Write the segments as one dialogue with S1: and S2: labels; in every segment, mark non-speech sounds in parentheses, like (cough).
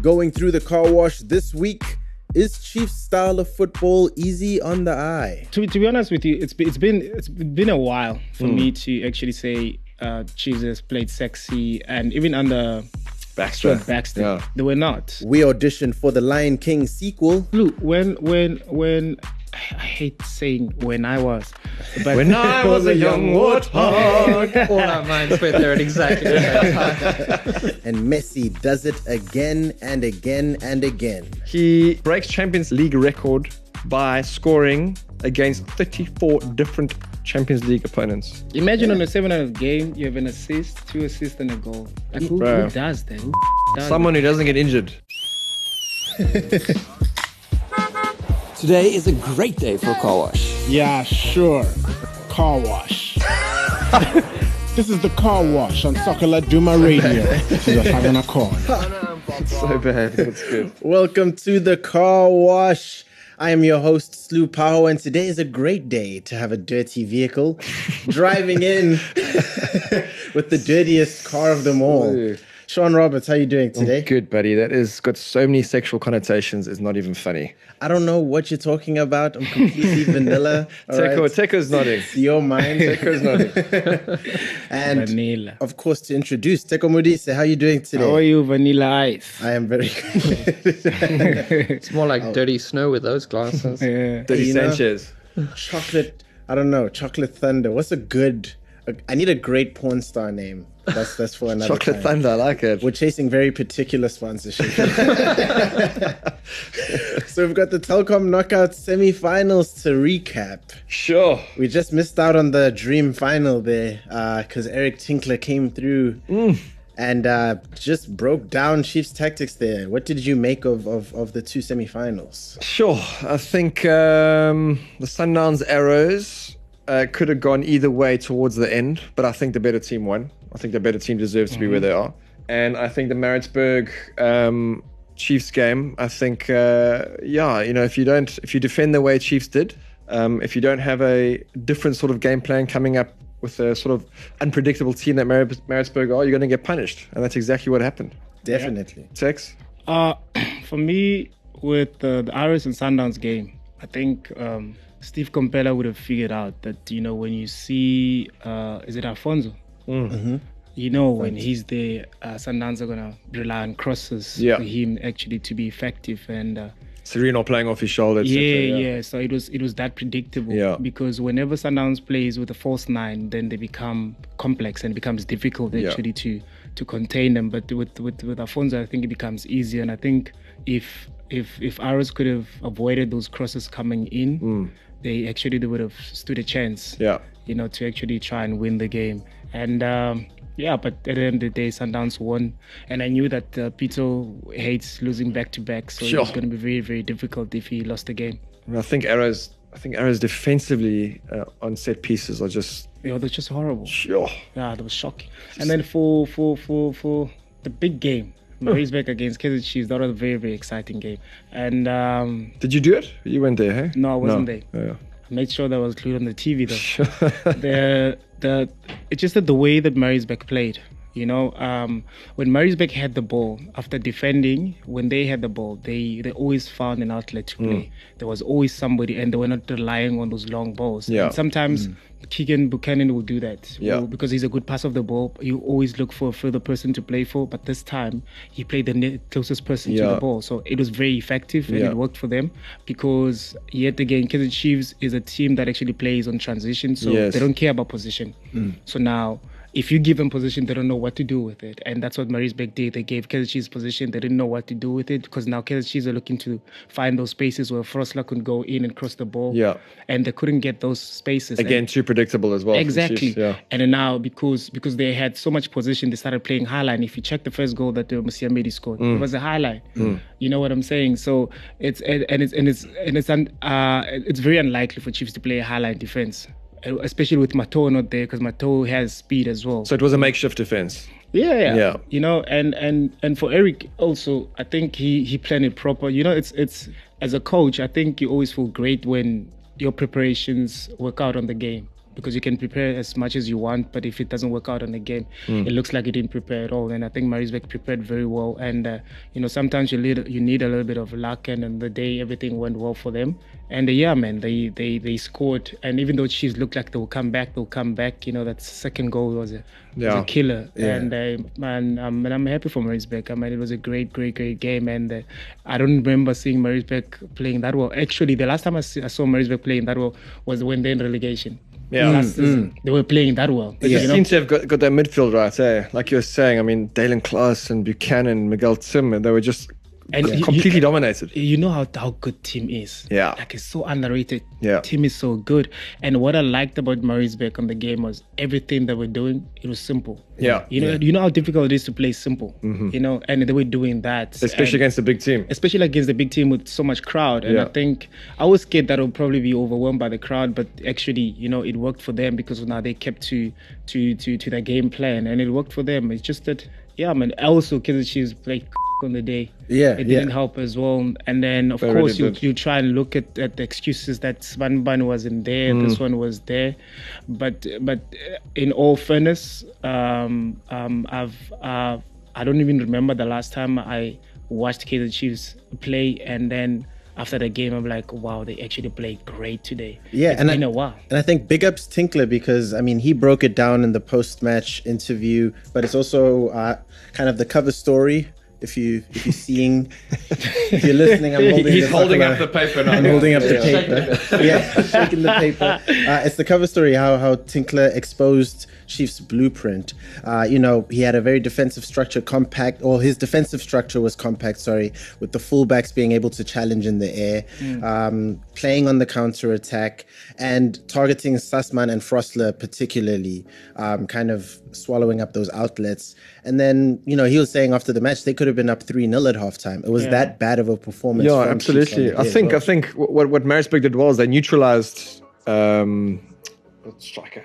S1: Going through the car wash this week is Chiefs' style of football easy on the eye?
S2: To, to be honest with you, it's be- it's been it's been a while for
S3: Hmm.
S2: me to actually say uh, Chiefs has played sexy, and even under
S3: Baxter.
S2: Stuart Baxter,
S3: Yeah.
S2: they were not.
S1: We auditioned for the Lion King sequel.
S2: Look, when when when I hate saying when I was, but (laughs)
S3: When I was a young warthog.
S4: (laughs) All our minds went there at exactly the same time.
S1: (laughs) And Messi does it again and again and again.
S3: he breaks Champions League record by scoring against 34 different Champions League opponents.
S2: imagine on a seven out of game, you have an assist, two assists, and a goal. Like who, who
S3: Bro.
S2: does that? Who does
S3: Someone who doesn't get injured.
S5: Today is a great day for a car wash.
S6: Yeah, sure. Car wash. (laughs) this is the car wash on Sokola Duma Radio. This is us having a call.
S3: So bad. That's good.
S1: Welcome to the car wash. I am your host, Slew Power, and today is a great day to have a dirty vehicle driving in (laughs) with the dirtiest car of them all.
S3: Slew.
S1: Sean Roberts, how are you doing today?
S3: (laughs) Good, buddy. That is got so many sexual connotations. It's not even funny.
S1: I don't know what you're talking about. I'm completely vanilla. All right.
S3: Teko, Teko's
S1: (laughs)
S3: nodding.
S1: Your mind.
S3: (laughs) Teko's nodding.
S1: and
S2: Vanilla.
S1: of course, to introduce Teko Modise, how are you doing today?
S2: How are you, Vanilla Ice?
S1: I am very (laughs)
S4: It's more like dirty snow with those glasses.
S2: Yeah.
S3: Diddy
S1: You know?
S3: Sanchez.
S1: chocolate. I don't know. Chocolate Thunder. What's a good? I need a great porn star name. That's that's for another
S3: Chocolate
S1: time.
S3: Thunder. I like it.
S1: We're chasing very particular sponsorship. (laughs) so we've got the Telkom knockout semifinals to recap.
S3: Sure.
S1: We just missed out on the dream final there because Eric Tinkler came through
S3: Mm.
S1: and uh, just broke down Chiefs tactics there. What did you make of, of, of the two semifinals?
S3: Sure. I think um, the Sundowns arrows uh, could have gone either way towards the end, but I think the better team won. I think the better team deserves to be
S2: Mm-hmm.
S3: where they are. And I think the Maritzburg um, Chiefs game, I think, uh, yeah, you know, if you don't, if you defend the way Chiefs did, um, if you don't have a different sort of game plan coming up with a sort of unpredictable team that Mar- Maritzburg are, you're going to get punished. And that's exactly what happened.
S1: Definitely.
S3: Tex?
S2: Uh, (clears throat) for me, with uh, the Iris and Sundowns game, I think um, Steve Compella would have figured out that you know when you see uh, is it Alfonso, you know when he's there, uh, Sundowns are gonna rely on crosses
S3: Yeah.
S2: for him actually to be effective and. Uh,
S3: Sereno playing off his shoulder. et cetera,
S2: yeah, yeah, So it was it was that predictable.
S3: Yeah.
S2: Because whenever Sundowns plays with a false nine, then they become complex and it becomes difficult
S3: Yeah.
S2: actually to to contain them. But with with with Afonso, I think it becomes easier. And I think if if if Arrows could have avoided those crosses coming in, they actually they would have stood a chance.
S3: Mm. Yeah.
S2: You know, to actually try and win the game. And um, yeah, but at the end of the day, Sundowns won, and I knew that uh, Pito hates losing back to back, so it was
S3: Sure.
S2: going to be very, very difficult if he lost the game.
S3: I think arrows. I think arrows defensively uh, on set pieces are just
S2: Yeah, that's just horrible.
S3: sure.
S2: Yeah, that was shocking. And then for for for for the big game, Maritzburg against Kaizer Chiefs, that was a very very exciting game. And um,
S3: Did you do it? You went there, hey?
S2: No, I wasn't
S3: there.
S2: I made sure that I was glued on the TV though.
S3: Oh, Yeah. (laughs)
S2: the the it's just that the way that Maritzburg played. You know, um, when Maritzburg had the ball after defending, when they had the ball, they they always found an outlet to play.
S3: Mm.
S2: There was always somebody, and they were not relying on those long balls.
S3: Yeah. Mm.
S2: And sometimes Keegan Buchanan will do that.
S3: Yeah.
S2: Will- because he's a good passer of the ball. You always look for a further person to play for, but this time he played the ne- closest person to
S3: Yeah.
S2: the ball, so it was very effective and
S3: Yeah.
S2: it worked for them. Because yet again, Kaizer Chiefs is a team that actually plays on transition, so
S3: Yes. Mm.
S2: they don't care about position. So now, if you give them position, they don't know what to do with it. And that's what Maritzburg did. They gave Kaiser Chiefs position. They didn't know what to do with it because now Kaiser Chiefs are looking to find those spaces where Frosler could go in and cross the ball.
S3: Yeah.
S2: And they couldn't get those spaces. And-
S3: Again, too predictable as well. for the Chiefs,
S2: Exactly.
S3: Yeah.
S2: And then now because because they had so much position, they started playing high line. If you check the first goal that uh, Musia Medi scored, it was a high line. You know what I'm saying? So it's and, and it's and it's and it's un, uh, it's very unlikely for Chiefs to play a high line defense. uh, Especially with Mato not there, because Mato has speed as well.
S3: So it was a makeshift defense.
S2: Yeah, yeah,
S3: Yeah.
S2: You know, and and and for Eric also, I think he he planned it proper. You know, it's it's as a coach, I think you always feel great when your preparations work out on the game. because you can prepare as much as you want, but if it doesn't work out on the game,
S3: Mm.
S2: it looks like you didn't prepare at all. And I think Marisbeck prepared very well. And uh, you know, sometimes you need you need a little bit of luck. And on the day, everything went well for them. And uh, yeah, man, they they they scored. And even though Chiefs looked like they'll come back, they'll come back. You know, that second goal was a was
S3: Yeah.
S2: a killer. And uh, man, um, and I'm happy for Marisbeck. I mean, it was a great, great, great game. And uh, I don't remember seeing Marisbeck playing that well. Actually, the last time I, see, I saw Marisbeck playing that well was when they're in relegation.
S3: Yeah. Mm,
S2: Last season, they were playing that well.
S3: They
S2: You
S3: just
S2: know?
S3: seem to have got, got their midfield right, eh? Like you were saying, I mean, Dalen Klaas and Buchanan, Miguel Tim, and they were just
S2: And
S3: c-
S2: you- you-
S3: completely dominated.
S2: you know how, how good team is.
S3: Yeah.
S2: Like it's so underrated.
S3: Yeah.
S2: Team is so good. And what I liked about Marisbeck on the game was everything that we're doing, it was simple.
S3: Yeah. Mm-hmm.
S2: You know, you know how difficult it is to play simple. You know, and they were doing that.
S3: Especially
S2: And-
S3: against a big team.
S2: especially against the big team with so much crowd. And
S3: Yeah.
S2: I think I was scared that it'll probably be overwhelmed by the crowd, but actually, you know, it worked for them because now they kept to to to to their game plan, and it worked for them. It's just that, yeah, man. Also, Kansas Chiefs played (laughs) on the day.
S1: Yeah,
S2: it
S1: yeah.
S2: didn't help as well. And then, of
S3: They
S2: course,
S3: really
S2: you
S3: did.
S2: you try and look at, at the excuses that Svanban wasn't there, this
S3: Mm.
S2: one was there, but but uh, in all fairness, um, um, I've uh, I don't even remember the last time I watched Kaiser Chiefs play, and then after the game, I'm like, wow, they actually played great today.
S1: Yeah,
S2: It's
S1: and I-
S2: been a while.
S1: And I think big ups Tinkler because I mean he broke it down in the post-match interview, but it's also uh, kind of the cover story. If you if you're seeing, if you're listening,
S3: (laughs)
S1: I'm holding.
S3: He's
S1: the
S3: holding up
S1: fucking-
S3: the paper
S1: (laughs)
S3: now.
S1: I'm holding up the
S3: Yeah.
S1: paper. yeah, (laughs) shaking the paper. Uh, it's the cover story how how Tinkler exposed Chief's blueprint. Uh, you know, he had a very defensive structure, compact, or his defensive structure was compact. Sorry, with the fullbacks being able to challenge in the air, um, playing on the counter attack, and targeting Sussman and Frostler particularly, um, kind of swallowing up those outlets. And then you know he was saying after the match they could have been up three 0 at halftime. It was that bad of a performance.
S3: Yeah,
S1: from Chiefs on
S3: absolutely.
S1: the
S3: I
S1: day as
S3: think
S1: well.
S3: I think wh- what what Marisburg did well is they neutralized um, striker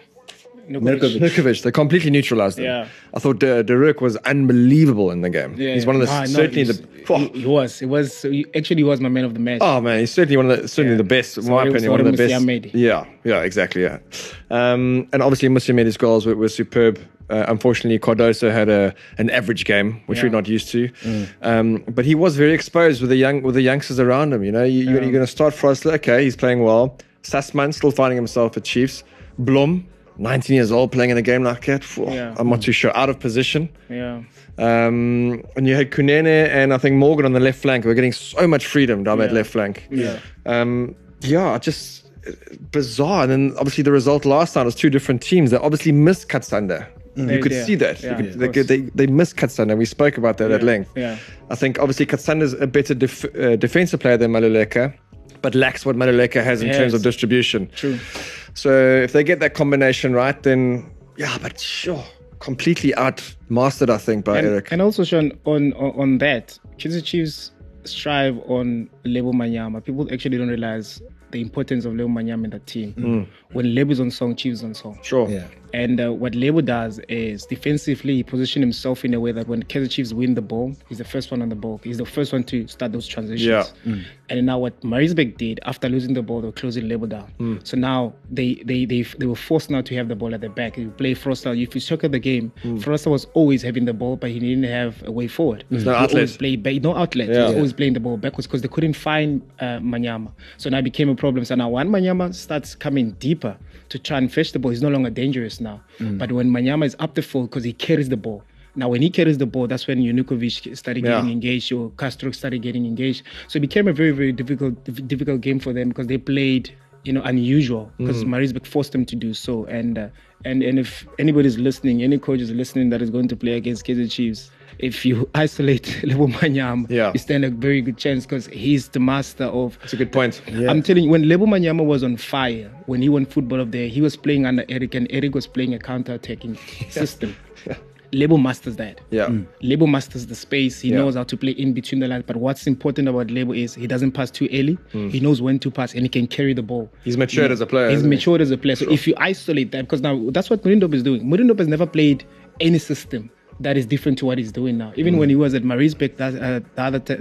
S3: Nurkovic. They completely neutralized him.
S2: Yeah.
S3: I thought De, De Ruyck was unbelievable in the game.
S2: Yeah,
S3: he's one of the
S2: yeah. (laughs) Ah, no,
S3: certainly
S2: he was-
S3: the. Phew.
S2: He was. It was. so he- actually, he was my man of the match.
S3: Oh man, he's certainly one of the certainly
S2: Yeah.
S3: the best, in my
S2: Sorry-
S3: opinion,
S2: sorry,
S3: one of the
S2: Mr.
S3: best.
S2: Ahmed.
S3: Yeah, yeah, exactly. Yeah, um, and obviously Musiamedi's goals were, were superb. Uh, unfortunately, Cardoso had a an average game, which we're
S2: Yeah. Mm.
S3: not used to. Um, but he was very exposed with the young with the youngsters around him. You know, you, you're, you're going to start Frosler. Okay, he's playing well. Sassman still finding himself at Chiefs. Blom, 19 years old, playing in a game like that. Phew,
S2: Yeah.
S3: I'm not too sure. Out of position.
S2: Yeah.
S3: Um, and you had Kunene and I think Morgan on the left flank. We're getting so much freedom down that
S2: Yeah.
S3: left flank.
S2: Yeah.
S3: Um, yeah, just uh, bizarre. And then obviously the result last time was two different teams that obviously missed Katsanda. You
S2: Mm. They-
S3: could
S2: yeah.
S3: see that. You
S2: Yeah,
S3: could-
S2: of
S3: they, could- they, they missed Katsanda. We spoke about that at
S2: Yeah,
S3: length.
S2: yeah.
S3: I think obviously Katsanda's a better def- uh, defensive player than Maluleka, but lacks what Maluleka has in
S2: Yes.
S3: terms of distribution.
S2: True.
S3: So if they get that combination right, then yeah, but sure, completely outmastered, I think, by
S2: and,
S3: Eric.
S2: and also, Sean, on on, on that, Kaiser Chiefs strive on Lebo Manyama. People actually don't realize the importance of Lebo Manyama in the team. When Lebo's on song, Chiefs on song.
S3: sure.
S1: Yeah.
S2: And uh, what Lebo does is defensively, he positions himself in a way that when Kaiser Chiefs win the ball, he's the first one on the ball. He's the first one to start those transitions.
S3: Yeah.
S2: And now what Marisbeck did after losing the ball, they were closing Lebo down. So now they they, they they were forced now to have the ball at the back. You play Froster. If you check out the game, Froster was always having the ball, but he didn't have a way forward.
S3: no
S2: He
S3: outlet.
S2: always played back, no outlet. He was
S3: Yeah.
S2: always playing the ball backwards because they couldn't find uh, Manyama. So now it became a problem. So now when Manyama starts coming deeper to try and fetch the ball, he's no longer dangerous now.
S3: Mm.
S2: But when Manyama is up the field because he carries the ball. Now, when he carries the ball, that's when Yanukovych started
S3: Yeah.
S2: getting engaged or Castro started getting engaged. So it became a very, very difficult, diff- difficult game for them because they played, you know, unusual because Marisbeck forced them to do so. And uh, and and if anybody's listening, any coach is listening that is going to play against Kaiser Chiefs, if you (laughs) isolate Lebo Manyama,
S3: Yeah.
S2: you stand a very good chance because he's the master of.
S3: It's a good point.
S2: I'm telling you, when Lebo Manyama was on fire, when he won football of the year, he was playing under Eric, and Eric was playing a
S3: (laughs)
S2: counter-attacking system. Lebo masters that. Mm.
S3: Yeah.
S2: Lebo masters the space. He
S3: Yeah.
S2: knows how to play in between the lines. But what's important about Lebo is he doesn't pass too early.
S3: Mm.
S2: He knows when to pass, and he can carry the ball.
S3: He's matured as a player.
S2: He's
S3: hasn't he?
S2: matured as a player. So if you isolate that, because now that's what Mourinho is doing. Mourinho has never played any system that is different to what he's doing now.
S3: Mm.
S2: Even when he was at
S3: Mm.
S2: Marisbeck that, uh, the other t-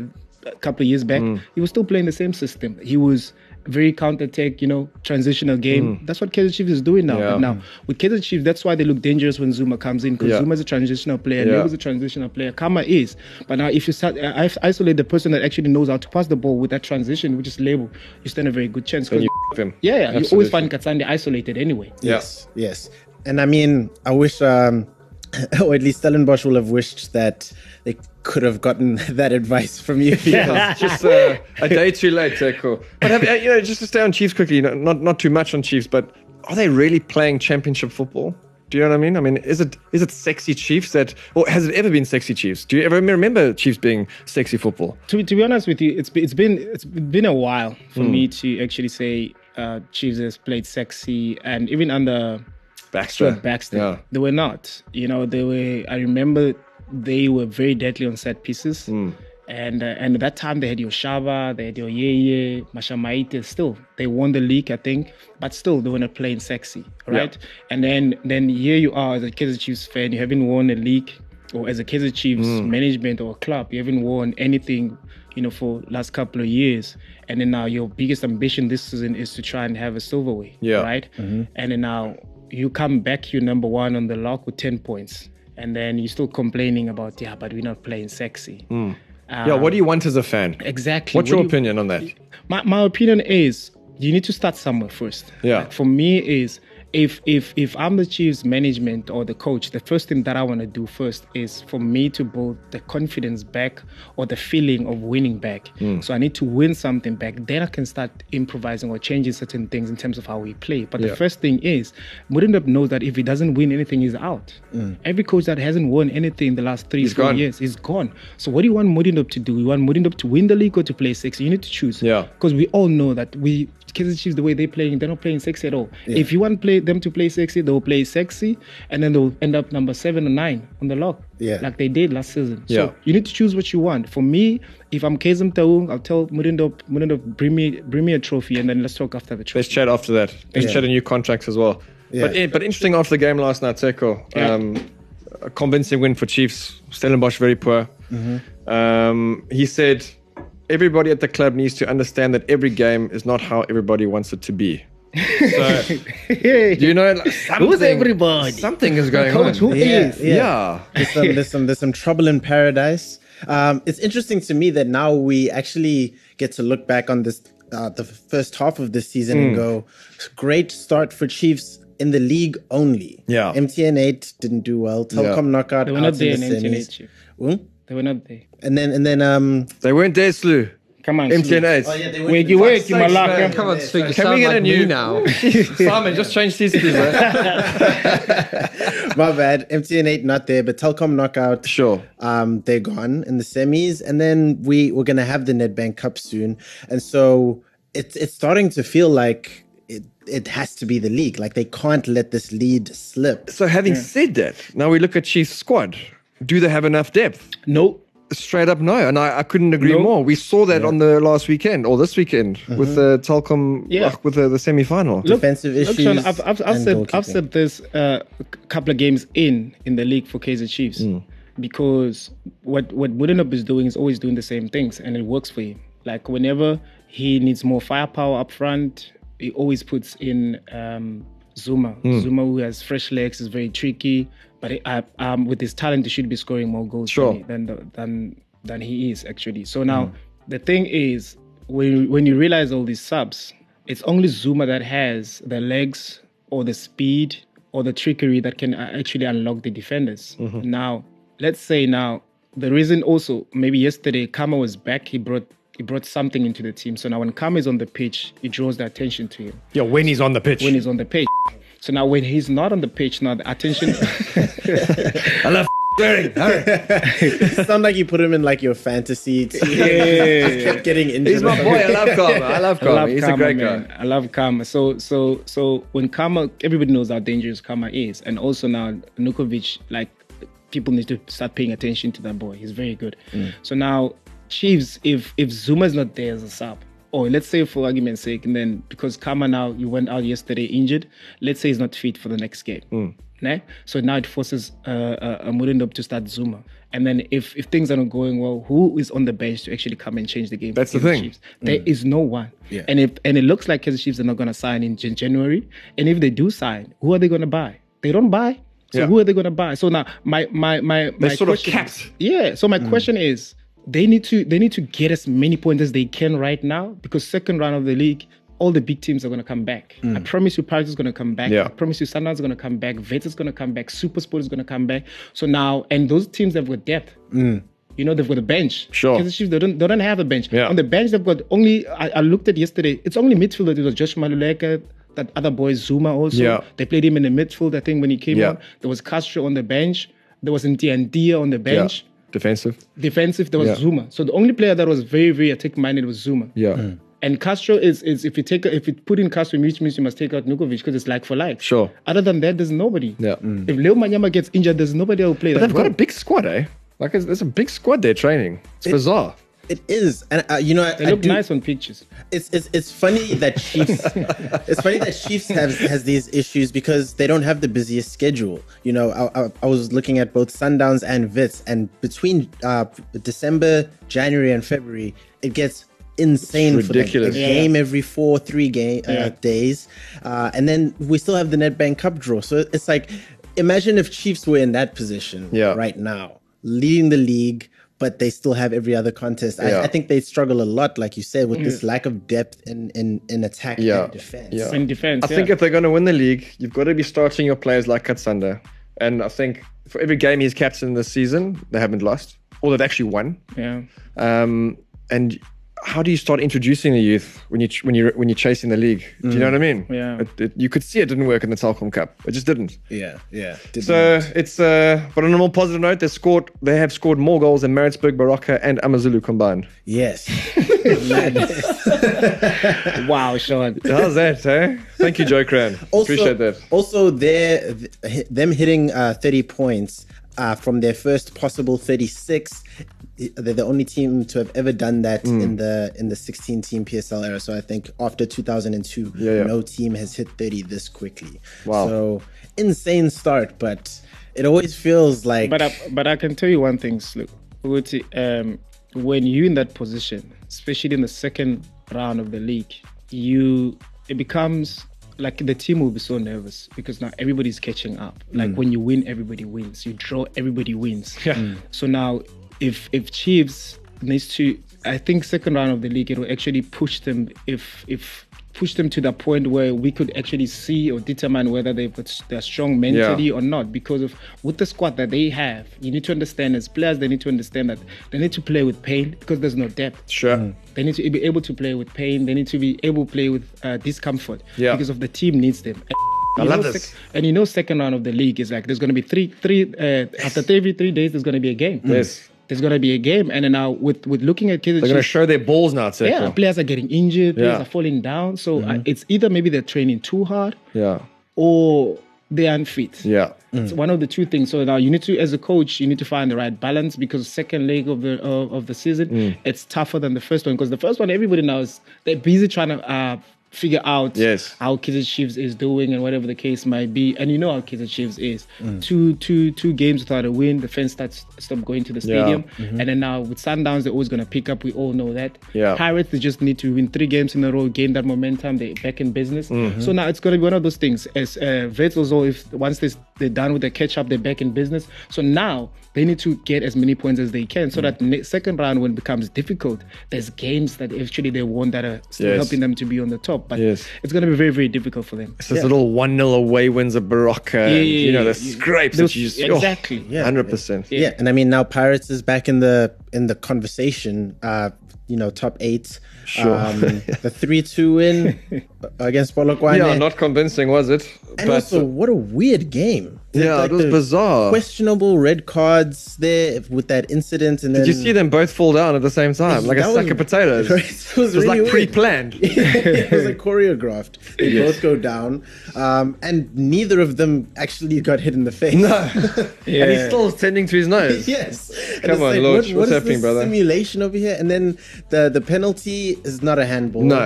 S2: a couple of years back, he was still playing the same system. He was very counter tech, you know, transitional game. That's what Kaiser Chiefs is doing now.
S3: Mm. Yeah.
S2: Now with Kaiser Chiefs, that's why they look dangerous when Zuma comes in because
S3: Yeah.
S2: Zuma's a transitional player,
S3: Yeah.
S2: Nego's a transitional player, Kama is. But now if you start, I I isolate the person that actually knows how to pass the ball with that transition, which is label, you stand a very good chance. 'cause-
S3: you f- him.
S2: yeah, yeah, you
S3: Absolutely.
S2: always find Katsande isolated anyway.
S3: Yeah.
S1: Yes, yes. And I mean, I wish, um, (laughs) or at least Stellenbosch will have wished that they could have gotten (laughs) that advice from you.
S3: It's (laughs) just uh, a day too late, uh, cool. But have, uh, you know, just to stay on Chiefs quickly, no- not not too much on Chiefs, but are they really playing championship football? Do you know what I mean? I mean, is it is it sexy Chiefs that, or has it ever been sexy Chiefs? Do you ever remember Chiefs being sexy football?
S2: to, to be honest with you, it's be- it's been it's been a while for me to actually say uh, Chiefs has played sexy, and even under
S3: Baxter,
S2: Stuart Baxter,
S3: Yeah.
S2: they were not. You know, they were. I remember they were very deadly on set pieces,
S3: Hmm.
S2: and uh, and at that time they had Yoshaba, they had Oyeye, Mashamaite. Still, they won the league, I think, but still they were not playing sexy, right? And then then here you are as a Kaiser Chiefs fan, you haven't won a league. Or as a Kaiser Chiefs
S3: Hmm.
S2: management or club, you haven't won anything, you know, for last couple of years, and then now your biggest ambition this season is to try and have a silverware,
S3: Yeah.
S2: right? right?
S3: Mm-hmm.
S2: And then now you come back, you're number one on the lock with 10 points. And then you're still complaining about, yeah, but we're not playing sexy.
S3: yeah, what do you want as a fan?
S2: Exactly.
S3: Mm.
S2: What
S3: What's your
S2: do you-
S3: opinion on that?
S2: My, my opinion is you need to start somewhere first.
S3: Yeah.
S2: Like, for me is if if if I'm the Chiefs management or the coach, the first thing that I want to do first is for me to build the confidence back or the feeling of winning back.
S3: Hmm.
S2: So I need to win something back. Then I can start improvising or changing certain things in terms of how we play. But the first thing is Murindab knows that if he doesn't win anything, he's out. Every coach that hasn't won anything in the last three,
S3: Hmm. He's
S2: four
S3: gone.
S2: years is gone. So what do you want Murindab to do? You want Murindab to win the league or to play six? You need to choose
S3: Yeah.
S2: because we all know that we Kansas Chiefs the way they're playing, they're not playing sexy at all. If you want play them to play sexy, they'll play sexy, and then they'll end up number seven or nine on the log,
S1: Yeah.
S2: like they did last season.
S3: Yeah.
S2: So you need to choose what you want. For me, if I'm Kazim Taung, I'll tell Murindop, Murindop, bring me, bring me a trophy, and then let's talk after the
S3: Let's
S2: trophy.
S3: chat after that. Let's chat on new contracts as well.
S1: Yeah.
S3: But, in- but interesting after the game last night, Seko.
S2: Yeah.
S3: Um, a convincing win for Chiefs. Stellenbosch very poor.
S2: Mm-hmm.
S3: Um, he said, everybody at the club needs to understand that every game is not how everybody wants it
S2: (laughs)
S3: to be. So, do you know, like, something,
S2: everybody?
S3: Something is going
S2: Coach,
S3: on.
S2: who
S1: Yeah,
S2: is?
S1: yeah.
S3: (laughs) Yeah.
S1: there's some, there's some there's some trouble in paradise. Um, it's interesting to me that now we actually get to look back on this uh, the first half of this season
S3: Mm.
S1: and go, great start for Chiefs in the league only.
S3: Yeah.
S1: MTN eight didn't do well. Telkom knockout
S2: They were
S1: out
S2: not there
S1: in
S2: in
S1: the
S2: MTN8,
S1: semis.
S2: Chief.
S1: Hmm?
S2: They were not there.
S1: And then and then um
S3: They weren't there, Slew.
S2: Come on, Sue.
S3: MTN8.
S1: they
S2: Wait, you wait, you
S3: sakes,
S2: malaka.
S3: man.
S4: Come on, Stu, you
S3: Can
S4: sound
S3: we get
S4: like
S3: a new
S4: me now.
S3: (laughs)
S2: (laughs)
S3: Simon, just change these please, man.
S1: My bad. MTN eight not there, but Telkom knockout.
S3: Sure.
S1: Um, they're gone in the semis, and then we we're gonna have the Nedbank Cup soon, and so it's it's starting to feel like it it has to be the league. Like they can't let this lead slip.
S3: So having said that, now we look at Chiefs squad. Do they have enough depth?
S2: No,
S3: Straight up, no. And I, I couldn't agree
S2: No.
S3: more. We saw that on the last weekend or this weekend with the Telkom,
S2: Yeah.
S3: ugh, with the, the semi final.
S2: Look-
S1: Defensive
S2: look,
S1: issues
S2: I've, I've, I've,
S1: and
S2: said,
S1: goalkeeping.
S2: I've said this uh, a couple of games in in the league for Kaiser Chiefs
S1: Hmm.
S2: because what what Woodenup is doing is always doing the same things and it works for him. Like whenever he needs more firepower up front, he always puts in um, Zuma.
S1: Hmm.
S2: Zuma, who has fresh legs, is very tricky, but he, uh, um, with his talent, he should be scoring more goals
S3: Sure.
S2: than he- than the- than than he is actually. So now the thing is, when you- when you realize all these subs, it's only Zuma that has the legs or the speed or the trickery that can uh, actually unlock the defenders. Now, let's say now the reason also maybe yesterday Kama was back, he brought he brought something into the team. So now when Kama is on the pitch, it draws the attention to him
S3: yeah, when he's on the pitch.
S2: when he's on the pitch. So now when he's not on the pitch, now the attention.
S3: I love wearing.
S1: (laughs) It sound like you put him in like your fantasy team. Just kept getting injured.
S3: He's my boy. I love Karma. I love
S2: I
S3: Karma.
S2: love
S3: he's
S2: Kama,
S3: a great
S2: man.
S3: guy.
S2: I love Kama. So so so when Kama, everybody knows how dangerous Kama is, and also now Nukovic, like people need to start paying attention to that boy. He's very good.
S3: Mm.
S2: So now Chiefs, if if Zuma's not there as a sub. Or let's say for argument's
S3: Mm.
S2: sake, and then because Kama now you went out yesterday injured, let's say he's not fit for the next game. Ne? So now it forces uh, uh, Murindop to start Zuma. And then if, if things are not going well, who is on the bench to actually come and change the game?
S3: That's
S2: for
S3: the
S2: Kaizer
S3: thing.
S2: Chiefs? There
S3: Mm.
S2: is no one. And if and it looks like Kaiser Chiefs are not going to sign in Jan- January. And if they do sign, who are they going to buy? They don't buy. So
S3: Yeah.
S2: who are they going to buy? So now my my my my
S3: They sort of
S2: question is-
S3: capped. Mm.
S2: yeah. So my question is, they need to they need to get as many points as they can right now because second round of the league, all the big teams are going to come back. I promise you, Pirates is going to come back.
S3: Mm. Yeah.
S2: I promise you, Sundowns is going to come back. Vets is going to come back. Supersport is going to come back. So now, and those teams have got depth. You know they've got a bench.
S3: Mm. Sure.
S2: Kaizer Chiefs, they don't they don't have a bench.
S3: Yeah.
S2: On the bench they've got only I, I looked at yesterday. It's only midfield. It was Josh Maluleka, that other boy Zuma also.
S3: Yeah.
S2: They played him in the midfield. I think when he came
S3: Yeah.
S2: on, there was Castro on the bench. There was Ndiandia on the
S3: Yeah.
S2: bench
S3: Defensive.
S2: defensive there was
S3: Yeah.
S2: Zuma. So the only player that was very very attack minded was Zuma.
S3: Yeah.
S2: And Castro is is if you take if you put in Castro, which means you must take out Nukovic because it's like for like.
S3: Sure.
S2: Other than that, there's nobody.
S3: Yeah.
S2: If Leo Manyama gets injured, there's nobody that will play.
S3: But
S2: that
S3: they've got a
S2: role.
S3: big squad, eh? Like, it's, it's a big squad they're training. It's bizarre.
S1: It is, and uh, you know, I,
S2: They
S1: I
S2: look
S1: do-
S2: nice on pictures.
S1: It's, it's it's funny
S3: (laughs)
S1: that Chiefs. it's funny that Chiefs has has these issues because they don't have the busiest schedule. You know, I, I, I was looking at both Sundowns and Vits, and between uh, December, January, and February, it gets insane
S3: It's
S1: for them.
S3: ridiculous.
S1: A
S3: Yeah.
S1: game every four, three game uh,
S2: Yeah.
S1: days, uh, and then we still have the NetBank Cup draw. So it's like, imagine if Chiefs were in that position
S3: Yeah.
S1: right now, leading the league. But they still have every other contest. I,
S3: Yeah.
S1: I think they struggle a lot, like you said, with this lack of depth in in, in attack
S3: Yeah.
S1: and defense.
S3: Yeah.
S2: In defense,
S3: I think
S2: yeah.
S3: if they're going to win the league, you've got to be starting your players like Katsanda. And I think for every game he's captain this season, they haven't lost or they've actually won.
S2: yeah.
S3: Um, and how do you start introducing the youth when you when you when you're chasing the league? Do you know what I mean?
S2: Mm. Yeah.
S3: It, it, you could see it didn't work in the Telkom Cup. It just didn't.
S1: yeah, yeah.
S3: So it's uh, but on a more positive note, they scored. They have scored more goals than Maritzburg, Baraka, and
S2: (laughs)
S3: Amazulu combined. (laughs)
S1: yes,
S2: Wow, Sean.
S3: How's that? Eh? Thank you, Joe
S2: (laughs)
S3: Cran.
S1: also,
S3: Appreciate that.
S1: Also, their th- them hitting uh, thirty points uh, from their first possible thirty-six. They're the only team to have ever done that
S3: Mm.
S1: in the in the sixteen team PSL era. So I think after two thousand and two,
S3: yeah.
S1: no team has hit thirty this quickly.
S3: Wow.
S1: So insane start, but it always feels like
S2: But uh, I, but I can tell you one thing, Slu. Ukuthi, Um, when you're in that position, especially in the second round of the league, you it becomes like the team will be so nervous because now everybody's catching up. Like when you win, everybody wins. You draw, everybody wins. Yeah. So now, if if Chiefs needs to, I think second round of the league, it will actually push them. If if push them to the point where we could actually see or determine whether they've got they're strong mentally or not because of with the squad that they have you need to understand as players they need to understand that they need to play with pain because there's no depth
S3: Sure.
S2: they need to be able to play with pain they need to be able to play with uh, discomfort
S3: Yeah.
S2: because of the team needs them And
S3: I
S2: you
S3: love
S2: know,
S3: this.
S2: sec- and you know second round of the league is like there's going to be three three uh, after every three days there's going to be a game
S3: Yes.
S2: there's going to be a game and then now with with looking at kids
S3: They're going to show their balls now, Tseko.
S2: yeah, players are getting injured, players
S3: Yeah. Mm-hmm.
S2: are falling down. So uh, it's either maybe they're training too hard
S3: Yeah.
S2: or they're unfit.
S3: Yeah.
S2: It's one of the two things. So now you need to, as a coach, you need to find the right balance because second leg of the of of the season,
S3: Mm.
S2: it's tougher than the first one because the first one everybody now is they're busy trying to uh, figure out
S3: Yes.
S2: how Kaiser Chiefs is doing and whatever the case might be. And you know how Kaiser Chiefs is.
S3: Mm.
S2: Two two two games without a win, the fans start stop going to the
S3: Yeah.
S2: stadium, and then now with Sundowns they're always going to pick up. We all know that.
S3: Mm-hmm. Yeah.
S2: Pirates they just need to win three games in a row, gain that momentum, they're back in business.
S3: Mm-hmm.
S2: So now it's going to be one of those things. As uh, Vets also, if once they they're done with the catch up, they're back in business. So now they need to get as many points as they can, so
S3: Mm-hmm.
S2: that ne- second round when it becomes difficult, there's games that actually they won that are still
S3: Yes.
S2: helping them to be on the top. But
S3: Yes.
S2: it's going to be very very difficult for them.
S3: It's this little 1 0 away wins of Baraka. and,
S2: yeah,
S3: you know,
S2: yeah,
S3: the scrapes
S2: Those-
S3: that you just.
S2: exactly.
S3: Oh, 100%.
S1: yeah and i mean now pirates is back in the in the conversation uh you know top eight Um,
S3: Sure. (laughs)
S1: the three two win against Polokwane.
S3: Yeah, not convincing, was it?
S1: and also what a weird game
S3: yeah,
S1: Like
S3: it was
S1: the
S3: bizarre.
S1: questionable red cards there with that incident and
S3: Did
S1: then
S3: you see them both fall down at the same time, like a
S1: That
S3: sack of
S1: (laughs)
S3: potatoes?
S1: Right,
S3: It
S1: it was,
S3: was
S1: really
S3: like
S1: weird.
S3: pre-planned.
S1: (laughs) it was like choreographed. They both go down, um, and neither of them actually got hit in the face.
S3: No.
S1: (laughs)
S3: And he's still tending to his nose.
S1: yes. And
S3: Come
S1: it's
S3: on, Lodge, what's
S1: is
S3: happening,
S1: this
S3: brother?
S1: Simulation over here, and then the the penalty is not a handball.
S3: No.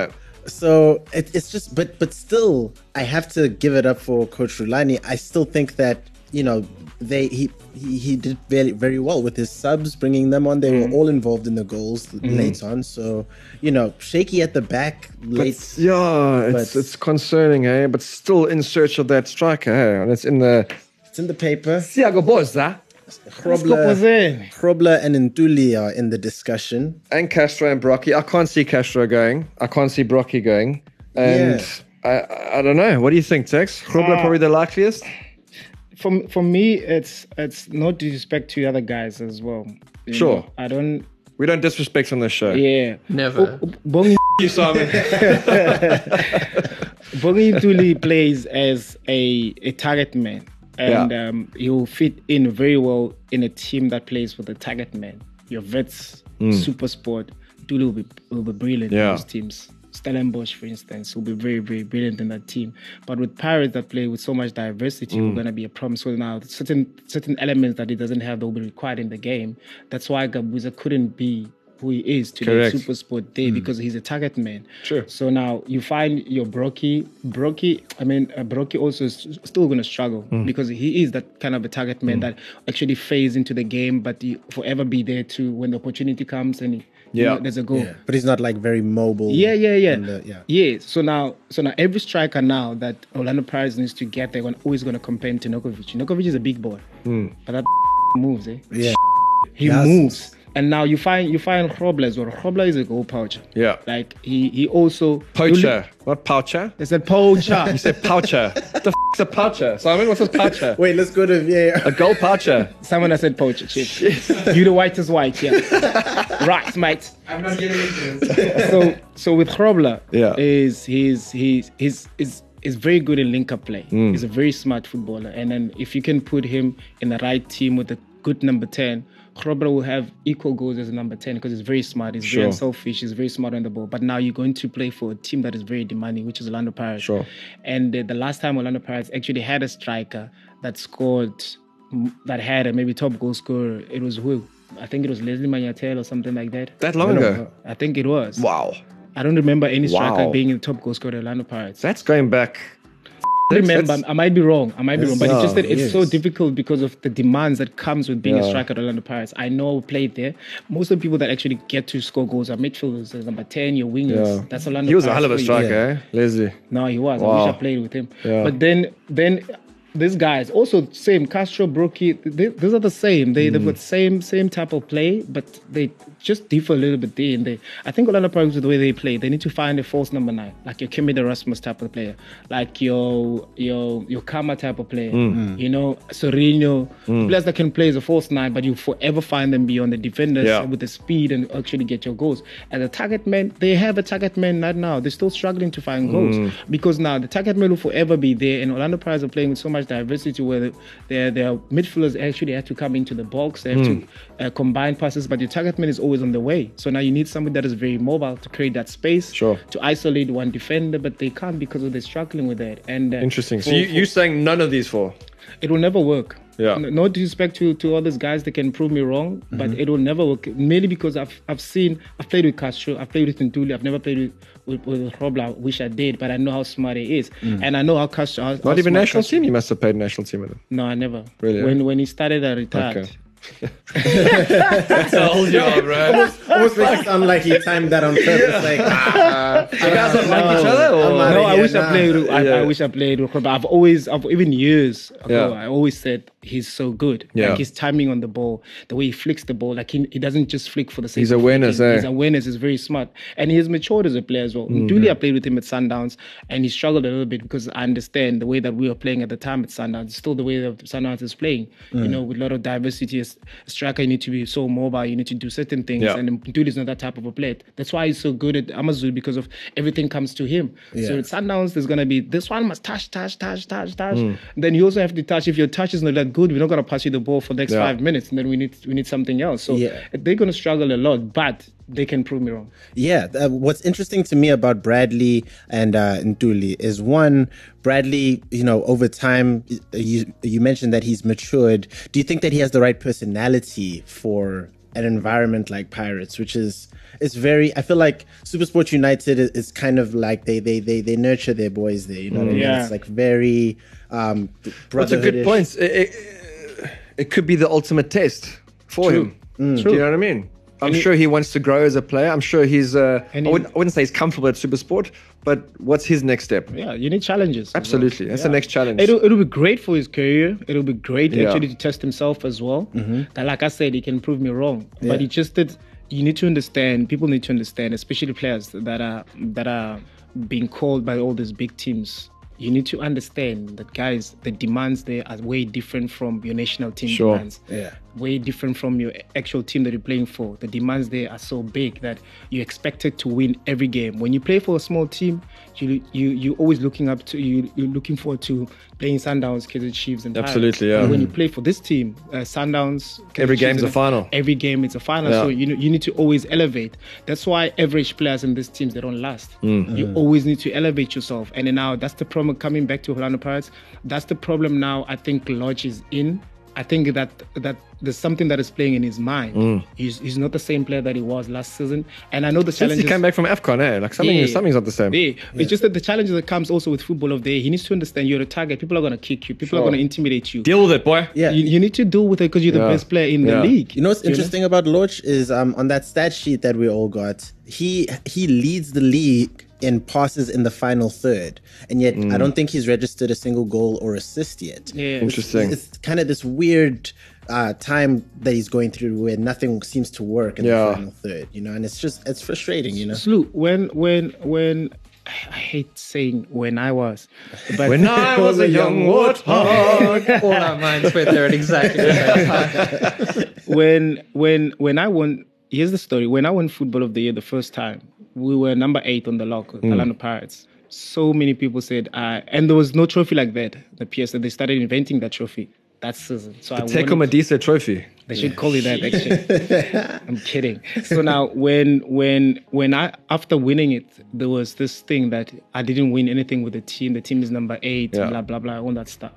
S1: So it, it's just, but but still, I have to give it up for Coach Rulani. I still think that you know, they he he, he did very very well with his subs, bringing them on. They
S3: Mm.
S1: were all involved in the goals late on. So you know, shaky at the back late.
S3: Yeah, it's,
S1: But-
S3: it's concerning, eh? But still in search of that striker, eh? And it's in the
S1: it's in the paper.
S3: Thiago Boza
S1: Krobler, Krobler and Ntuli are in the discussion.
S3: and Castro and Brocky. I can't see Castro going. I can't see Brocky going. And I, I don't know. What do you think, Tex? Krobler probably the likeliest.
S2: for for me, it's it's no disrespect to the other guys as well. you
S3: Sure.
S2: know. I don't.
S3: We don't disrespect on this show.
S2: Yeah, Oh,
S4: Never.
S2: Bongi
S3: (laughs) You,
S2: (laughs)
S3: Simon.
S2: Bongi Ntuli plays as a a target man, and
S3: Yeah.
S2: um, he'll fit in very well in a team that plays with a target man. Your vets, super sport, Ntuli will be will be brilliant
S3: Hmm. Yeah.
S2: in those teams. Stellenbosch, for instance, will be very, very brilliant in that team. But with Pirates that play with so much diversity,
S3: Hmm.
S2: we're going to be a problem. So now, certain certain elements that he doesn't have that will be required in the game. That's why Gabuza couldn't be who he is today,
S3: Correct. Hmm.
S2: super super sport day because he's a target man.
S3: Sure.
S2: So now you find your Brocky. Brocky, I mean, uh, Brocky also is still going to struggle
S3: Hmm.
S2: because he is that kind of a target man that actually fades into the game, but he forever be there too when the opportunity comes and he, you
S3: Yeah.
S2: know, there's a goal.
S1: Yeah, but he's not like very mobile.
S2: Yeah, yeah, yeah.
S1: And, uh, yeah.
S2: So now, so now every striker now that Orlando Pirates needs to get, they're gonna, always going to compare him to Nokovic. Nokovic is a big boy, but that (laughs) moves, eh?
S1: Hmm. Yeah.
S2: He
S1: Yes.
S2: moves. And now you find you find Robler as well. Robler is a goal poacher.
S3: Yeah.
S2: Like he he also
S3: Poacher, not poucher.
S2: It's
S1: (laughs)
S2: a poacher.
S3: It's a poucher. (laughs) the f- a poucher, Simon? What's a
S1: (laughs)
S3: poucher?
S1: Wait, let's go to
S3: (laughs)
S1: yeah.
S3: A goal poucher.
S2: Someone has said poacher. Shit. you the white is white, yeah.
S3: (laughs)
S2: right, mate.
S4: I'm not getting into this.
S2: so so with Hrobler
S3: Yeah.
S2: is he's he's he's he's is very good in link up play.
S3: Mm.
S2: He's a very smart footballer. And then if you can put him in the right team with a good number 10, Hrobler will have equal goals as a number 10 because he's very smart. He's
S3: Sure.
S2: very unselfish. He's very smart on the ball. But now you're going to play for a team that is very demanding, which is Orlando Pirates.
S3: Sure.
S2: And uh, the last time Orlando Pirates actually had a striker that scored, m- that had a maybe top goal scorer, it was who? I think it was Leslie Magnatel or something like that.
S3: That long ago.
S2: I think it was.
S3: Wow.
S2: I don't remember any striker
S3: Wow.
S2: being in the top goal scorer at Orlando Pirates.
S3: That's going back.
S2: I don't remember.
S3: that's-
S2: I might be wrong. I might be wrong. But it's just that it's so
S1: yes.
S2: difficult because of the demands that comes with being
S3: Yeah.
S2: a striker at Orlando Pirates. I know I played there. Most of the people that actually get to score goals are midfielders, there's number 10, your wingers.
S3: Yeah.
S2: That's Orlando
S3: He was a
S2: Pirates
S3: hell of a
S2: for you.
S3: striker, eh? Leslie.
S2: No, he was. I
S3: Wow.
S2: wish I played with him.
S3: Yeah.
S2: But then, then these guys also same Castro, Brookie. They, these are the same. They
S3: Hmm.
S2: they've got same same type of play, but they just differ a little bit there and there. I think a lot of problems with the way they play. They need to find a false number nine, like your Kimi Erasmus type of player, like your your your Kama type of player.
S3: Hmm.
S2: You know, Sorino, players that can play as a false nine, but you forever find them beyond the defenders
S3: Yeah.
S2: with the speed and actually get your goals. And the target man, they have a target man right now. They're still struggling to find goals
S3: Mm.
S2: because now the target man will forever be there. And Orlando Pirates are playing with so much diversity where their their midfielders actually have to come into the box, they have
S3: Mm.
S2: to uh, combine passes, but your target man is always on the way. So now you need somebody that is very mobile to create that space,
S3: Sure.
S2: to isolate one defender, but they can't because of they're struggling with that. And uh,
S3: Interesting. So
S2: for-
S3: you,
S2: for-
S3: you're saying none of these four?
S2: it will never work.
S3: Yeah.
S2: No, no disrespect to, to all these guys, they can prove me wrong, but
S3: Mm-hmm.
S2: it will never work. Mainly because I've I've seen I've played with Castro, I've played with Ntuli, I've never played with, with, with Robla. I wish I did, but I know how smart he is, and I know how Castro. How,
S3: Mm. Not even national team? You must have played national team with him.
S2: No, I never.
S3: Really?
S2: When when he started, I retired.
S3: Okay. Told you, bro.
S1: Almost makes it sound like he timed that on purpose. Like,
S3: (laughs)
S1: ah,
S3: You guys don't like each other?
S1: I'm
S3: Or?
S1: outta
S2: No, I
S1: here
S2: wish
S1: now.
S2: I played. with- I,
S3: Yeah.
S2: I wish I played with Robla. I've always, I've even years ago,
S3: Yeah.
S2: I always said he's so good.
S3: Yeah.
S2: Like his timing on the ball, the way he flicks the ball, like he, he doesn't just flick for the sake.
S3: His
S2: of
S3: awareness,
S2: flicking.
S3: eh? Mm-hmm.
S2: His awareness is very smart, and he has matured as a player as well. Duly, I played with him at Sundowns, and he struggled a little bit because I understand the way that we were playing at the time at Sundowns. It's still the way that Sundowns is playing. You know, with a lot of diversity as a striker, you need to be so mobile. You need to do certain things,
S3: Yeah.
S2: and Duly's not that type of a player. That's why he's so good at Amazulu because of everything comes to him. So at Sundowns, there's gonna be this one must touch, touch, touch, touch, touch.
S3: Hmm.
S2: Then you also have to touch. If your touch is not that good, we're not gonna pass you the ball for the next
S3: Yeah.
S2: five minutes, and then we need we need something else. So
S1: Yeah.
S2: they're gonna struggle a lot, but they can prove me wrong.
S1: Yeah, uh, what's interesting to me about Bradley and uh, Ntuli is one, Bradley, you know, over time, uh, you you mentioned that he's matured. Do you think that he has the right personality for an environment like Pirates, which is it's very. I feel like SuperSport United is, is kind of like they they they they nurture their boys there. You know what I mean?
S2: Yeah.
S1: It's like very um,
S3: Mm, That's a good
S1: brotherhood-ish.
S3: point. It, it- it could be the ultimate test for him.
S2: Mm.
S3: Do you know what I mean? I'm sure he wants to grow as a player. I'm sure he's. Uh, I,
S2: And he-
S3: wouldn't, I wouldn't say he's comfortable at Supersport, but what's his next step?
S2: Yeah, you need challenges. as well.
S3: Absolutely, that's the next challenge.
S2: It'll, it'll be great for his career. It'll be great
S3: Yeah.
S2: actually to test himself as well. That, like I said, he can prove me wrong. But
S1: Yeah.
S2: he just did. You need to understand. People need to understand, especially players that are that are being called by all these big teams. You need to understand that guys, the demands there are way different from your national team
S3: Sure.
S2: demands.
S1: Yeah.
S2: Way different from your actual team that you're playing for. The demands there are so big that you're expected to win every game. When you play for a small team, you you you're always looking up to you you're looking forward to playing Sundowns, KZ Chiefs, and Pirates.
S3: Absolutely, yeah.
S2: And when you play for this team, uh, Sundowns, KZ
S3: Every
S2: Chiefs,
S3: game's
S2: and-
S3: a final.
S2: Every game it's a final.
S3: Yeah.
S2: So you know, you need to always elevate. That's why average players in these teams they don't last.
S3: Mm.
S2: You always need to elevate yourself. And then now that's the problem coming back to Orlando Pirates. That's the problem now. I think Lodge is in. I think that that there's something that is playing in his mind.
S3: Mm.
S2: He's, he's not the same player that he was last season. And I know the
S3: Since
S2: challenges.
S3: he came back from AFCON, eh? Like something,
S2: Yeah.
S3: something's not the same.
S2: Yeah. It's just that the challenges that comes also with football of the day. He needs to understand you're a target. People are gonna kick you. People are gonna intimidate you.
S3: Deal with it, boy.
S1: Yeah.
S2: You, you need to deal with it because you're the
S3: Yeah.
S2: best player in
S3: Yeah.
S2: the league.
S1: You know what's interesting about Lorch is um, on that stat sheet that we all got, he he leads the league in passes in the final third, and yet
S3: Mm.
S1: I don't think he's registered a single goal or assist yet.
S2: Yeah.
S3: Interesting.
S1: It's, kind of this weird uh, time that he's going through where nothing seems to work in
S3: Yeah.
S1: the final third, you know, and it's just it's frustrating, you know.
S2: Slu, when when when I hate saying when I was, but
S3: When I was a young warthog.
S4: All our minds went there at exactly the same time.
S2: when when when I won, here's the story. When I won football of the year the first time, we were number eight on the lock,
S3: Hmm.
S2: the Orlando Pirates. So many people said, uh, and there was no trophy like that. The PS they started inventing that trophy that season. So I
S3: Take
S2: won
S3: him a
S2: it.
S3: decent trophy.
S2: They should call it that. Actually, I'm kidding. So now, when when when I after winning it, there was this thing that I didn't win anything with the team. The team is number eight.
S3: Yeah. Mm.
S2: Blah blah blah. All that stuff.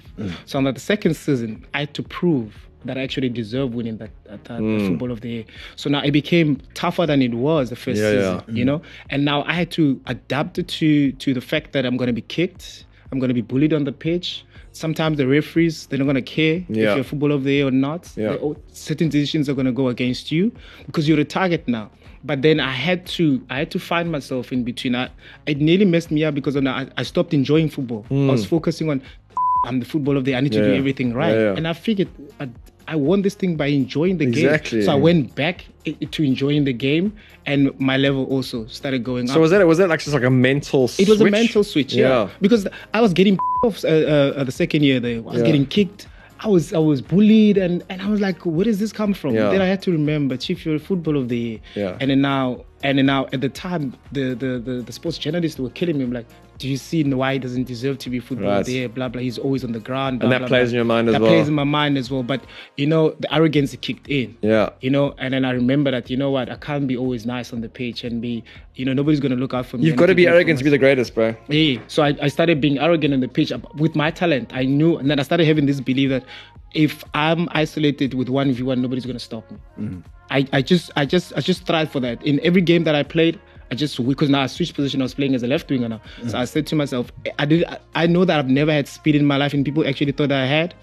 S2: So on the second season, I had to prove that I actually deserve winning that, that, that
S3: Mm.
S2: football of the year. So now it became tougher than it was the first
S3: Yeah,
S2: season.
S3: yeah. Mm.
S2: You know, and now I had to adapt it to to the fact that I'm going to be kicked. I'm going to be bullied on the pitch. Sometimes the referees they're not going to care
S3: Yeah.
S2: if you're football of the year or not.
S3: Yeah.
S2: They all- certain decisions are going to go against you because you're a target now. But then I had to, I had to find myself in between. I, it nearly messed me up because then I, I stopped enjoying football. I was focusing on, I'm the football of the. I need to
S3: Hmm. Yeah,
S2: do
S3: yeah.
S2: everything right.
S3: Yeah, yeah.
S2: And I figured I, I won this thing by enjoying the
S3: Exactly.
S2: game. So I went back i- to enjoying the game, and my level also started going up.
S3: So was that was that like just like a mental?
S2: It was a mental switch, yeah.
S3: Yeah.
S2: Because I was getting (laughs) off uh, uh, the second year there. I was
S3: Yeah.
S2: getting kicked. I was I was bullied, and and I was like, where does this come from?
S3: Yeah.
S2: Then I had to remember, Chief, you're football of the year.
S3: Yeah.
S2: And then now, and then now, at the time, the the the, the sports journalists were killing me. I'm like, do you see why he doesn't deserve to be football
S3: Right.
S2: of the year? Blah blah. He's always on the ground.
S3: And
S2: blah,
S3: that
S2: blah,
S3: plays
S2: blah.
S3: in your mind as
S2: that
S3: well.
S2: plays in my mind as well. But you know, the arrogance kicked in
S3: Yeah.
S2: you know and then i remember that you know what i can't be always nice on the pitch and be you know nobody's gonna look out for me
S3: You've
S2: and
S3: got to
S2: keep
S3: be
S2: me from
S3: arrogant to be the greatest, bro.
S2: yeah. So I, I started being arrogant on the pitch ab- with my talent. I knew, and then I started having this belief that if I'm isolated with one v one, nobody's gonna stop me. I, I just I just I just tried for that in every game that I played. I just because now I switched position. I was playing as a left winger now, so I said to myself, I- I did. I- I know that I've never had speed in my life, and people actually thought that I had,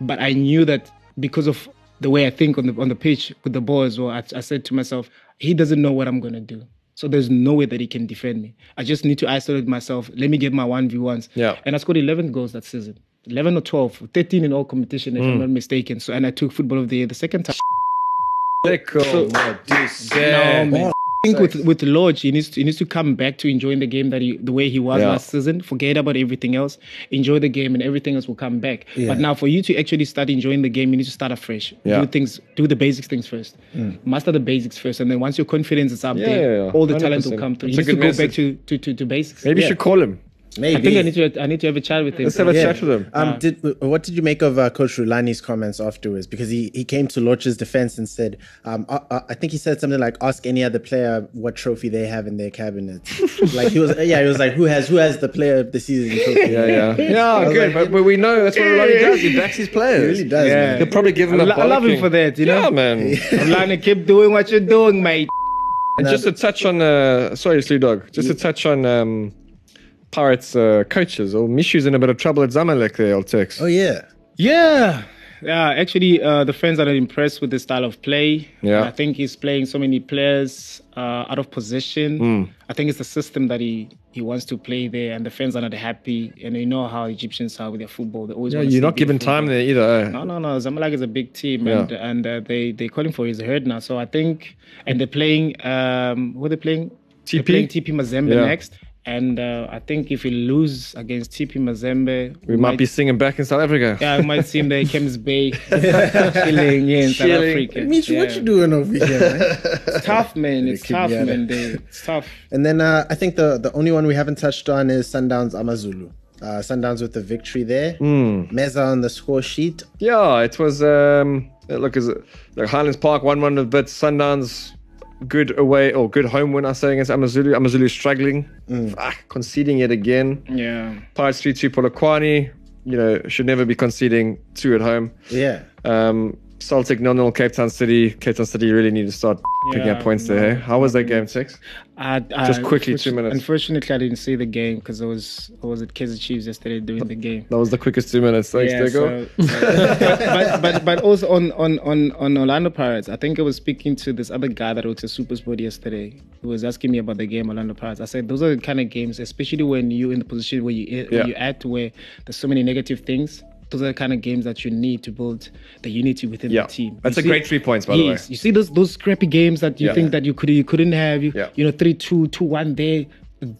S2: but I knew that because of the way I think on the on the pitch with the ball as well. I, I said to myself, he doesn't know what I'm gonna do. So there's no way that he can defend me. I just need to isolate myself. Let me get my 1v1s.
S3: Yeah.
S2: And I scored 11 goals that season. 11 or 12, 13 in all competition, if I'm not mistaken. So, and I took football of the year the second time.
S3: Sicko.
S2: No, man. I think with with Lodge, he needs to, he needs to come back to enjoying the game that he the way he was
S3: Yeah.
S2: last season. Forget about everything else. Enjoy the game, and everything else will come back. But now, for you to actually start enjoying the game, you need to start afresh.
S3: Yeah.
S2: Do things, do the basics things first. Master the basics first, and then once your confidence is up
S3: Yeah,
S2: there,
S3: yeah, yeah.
S2: all the talent will
S3: 100%.
S2: come through.
S3: That's
S2: you
S3: a
S2: need to
S3: good
S2: go
S3: message.
S2: back to to to, to basics.
S3: Maybe
S2: Yeah.
S3: you should call him.
S1: Maybe.
S2: I think I need to I need to have a chat with him.
S3: Let's have a
S1: Yeah.
S3: chat with him.
S1: Um, did what did you make of uh, Coach Rulani's comments afterwards? Because he, he came to Lorch's defense and said, um, uh, uh, I think he said something like, "Ask any other player what trophy they have in their
S3: (laughs)
S1: cabinet." like he was, yeah, he was like, "Who has who has the player of the season?" Trophy?
S3: Yeah, yeah.
S1: I
S3: Yeah,
S1: was
S3: good.
S1: like,
S3: but, but we know that's what Rolani does. He backs his players.
S1: He really does.
S2: Yeah.
S1: man.
S3: He'll probably give him
S2: I
S3: a
S2: lo- I love him
S3: bollocking.
S2: for that, you know?
S3: Yeah, man.
S2: I'm like, keep doing what you're doing, mate.
S3: And just a touch on, uh, sorry, Slew Dog, just a touch on um, Pirates uh, coaches. Or Mishu's in a bit of trouble at Zamalek there, old Turks.
S1: Oh yeah.
S2: Yeah. Yeah, actually, uh, the fans are impressed with the style of play.
S3: Yeah.
S2: I think he's playing so many players uh, out of position.
S3: Hmm.
S2: I think it's the system that he, he wants to play there, and the fans are not happy. And you know how Egyptians are with their football. They always
S3: Yeah,
S2: wanna
S3: you're
S2: see
S3: not given
S2: beautiful
S3: time
S2: things.
S3: there either. eh?
S2: No, no, no. Zamalek is a big team,
S3: Yeah.
S2: and and uh, they they calling for his head now. So I think, and they're playing. Um, who are they playing? They're
S3: TP?
S2: playing TP Mazembe
S3: Yeah.
S2: next, and uh, I think if we lose against TP Mazembe,
S3: We might be singing back in South Africa.
S2: Yeah, it might seem that Kems Bay (laughs) chilling yeah, in South Africa.
S1: Mitch, what
S2: Yeah.
S1: you doing over here,
S3: (laughs)
S1: man?
S2: It's tough, man. It's
S1: keep me
S2: tough,
S1: at
S2: man.
S1: it.
S2: They, it's tough.
S1: and then uh, I think the the only one we haven't touched on is Sundowns Amazulu. Uh, Sundowns with the victory there.
S3: Hmm.
S1: Meza on the score sheet.
S3: Yeah, it was. Um, look, is it, like Highlands Park one one of bits. Sundowns, good away or good home win. I say against Amazulu. Amazulu struggling,
S2: Mm.
S3: ah, conceding yet again.
S2: Yeah.
S3: Pirates three two Polokwane. You know, should never be conceding two at home.
S1: Yeah.
S3: Um, Celtic nil nil. Cape Town City. Cape Town City really need to start picking up
S2: Yeah,
S3: points there. hey? How was that game six?
S2: I, I,
S3: Just quickly, two
S2: unfortu-
S3: minutes.
S2: Unfortunately, I didn't see the game because I was I was at Kaizer Chiefs yesterday doing the game.
S3: That was the quickest two minutes. Thanks,
S2: Yeah,
S3: Diego.
S2: so- (laughs) but, but but also on on on on Orlando Pirates, I think I was speaking to this other guy that wrote to Supersport yesterday. Who was asking me about the game Orlando Pirates. I said those are the kind of games, especially when you're in the position where you where
S3: Yeah.
S2: you at where there's so many negative things. Those are the kind of games that you need to build the unity within
S3: Yeah.
S2: the team.
S3: That's
S2: You
S3: a great three points, by the way.
S2: yes, You see those those scrappy games that you
S3: Yeah.
S2: think that you could you couldn't have. You,
S3: Yeah.
S2: you know, three two two one there.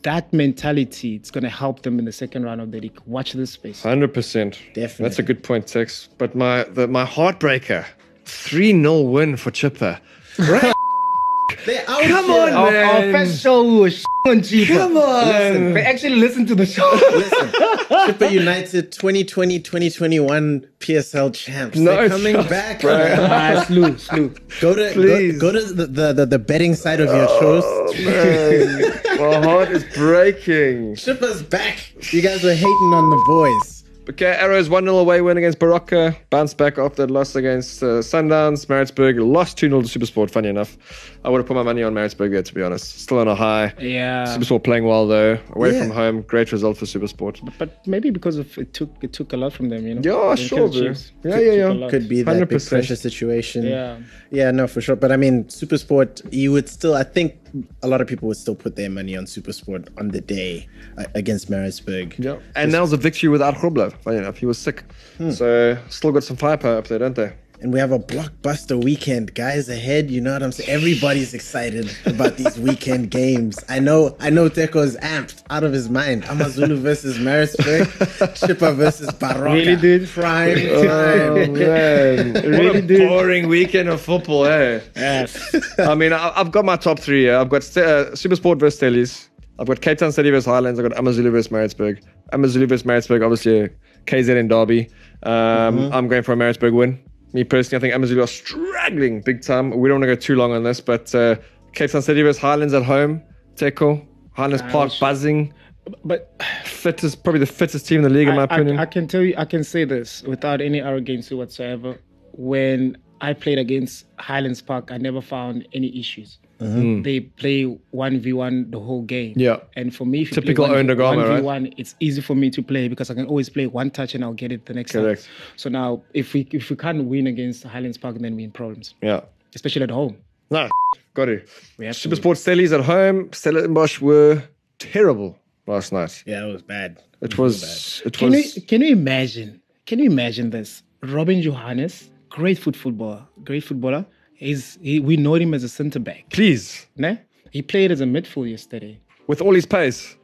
S2: That mentality, it's gonna help them in the second round of the league. Watch this space.
S3: Hundred percent.
S1: Definitely.
S3: That's a good point, Tex. But my the, my heartbreaker, three 0 win for Chipper.
S1: They're out
S3: Come
S1: here.
S3: on,
S2: Our, our
S3: man.
S2: first Oh, show was on Jeep.
S3: Come on.
S2: Listen, but actually listen to the
S3: (laughs)
S2: show.
S1: Listen, Chipper United 2020 2021 PSL champs.
S3: No
S1: They're coming
S3: shots,
S1: back.
S2: (laughs) ah, slew, slew.
S1: Go to
S3: Please.
S1: go, go to the, the, the, the betting side of your shows.
S3: my heart is breaking.
S1: Chipper's back. You guys were hating on the boys.
S3: Okay, Arrows 1 0 away win against Barocca. Bounced back after that loss against uh, Sundowns. Maritzburg lost 2 0 to Supersport, funny enough. I would have put my money on Maritzburg there, to be honest. Still on a high.
S2: Yeah.
S3: Supersport playing well, though. Away
S1: Yeah.
S3: from home. Great result for Supersport.
S2: But maybe because of it took it took a lot from them, you know.
S3: Yeah,
S2: Them
S3: sure,
S2: Kansas
S3: bro.
S2: Chiefs
S3: Yeah,
S2: took-
S3: yeah,
S2: took a
S3: yeah.
S2: lot.
S1: Could be that big
S3: 100%.
S1: pressure situation.
S2: Yeah.
S1: Yeah, no, for sure. But I mean, Supersport, you would still, I think a lot of people would still put their money on Supersport on the day uh, against Maritzburg.
S3: Yeah. And now's a victory without Hroblev, funny enough. He was sick. So, still got some firepower up there, don't they?
S1: and we have a blockbuster weekend guys ahead you know what i'm saying everybody's excited about these weekend games i know i know teko's amped out of his mind amazulu versus marisburg Chippa versus Barroca.
S2: Really, dude? Uh.
S1: prime
S2: (laughs)
S3: Oh,
S1: time
S3: man.
S2: Really,
S3: what a
S2: dude.
S3: boring weekend of football, eh?
S2: Yes.
S3: I mean, I, I've got my top three here. I've got Ste- uh, Supersport versus Stelis. I've got Cape Town City versus Highlands. I've got Amazulu versus Maritzburg. Amazulu versus Maritzburg, obviously, uh, KZ and Derby. Um,
S2: Mm-hmm.
S3: I'm going for a Maritzburg win. Me personally, I think Amazulu are struggling big time. We don't want to go too long on this, but uh, Cape Town City versus Highlands at home. Teko, Highlands Park buzzing.
S2: But
S3: Fittest, probably the fittest team in the league, in my
S2: I, I-
S3: opinion.
S2: I can tell you, I can say this without any arrogance whatsoever. When I played against Highlands Park, I never found any issues. Mm. They play one v one the whole game.
S3: Mm-hmm. Yeah.
S2: and for me, if you
S3: Typical
S2: play
S3: Ondagama,
S2: one
S3: right?
S2: v one, it's easy for me to play because I can always play one touch and I'll get it the next
S3: Correct.
S2: time. So now, if we if we can't win against Highlands Park, then we're in problems,
S3: yeah.
S2: especially at home.
S3: No, got it.
S2: have to
S3: Supersport Stelis at home. Stellenbosch were terrible last night.
S1: yeah that was bad
S3: It was. It
S2: Can you
S3: was.
S2: can you imagine? Can you imagine this? Robin Johannes, great foot footballer, great footballer. He's he, we know him as a centre back.
S3: Please,
S2: Ne? He played as a midfield yesterday.
S3: with all his pace.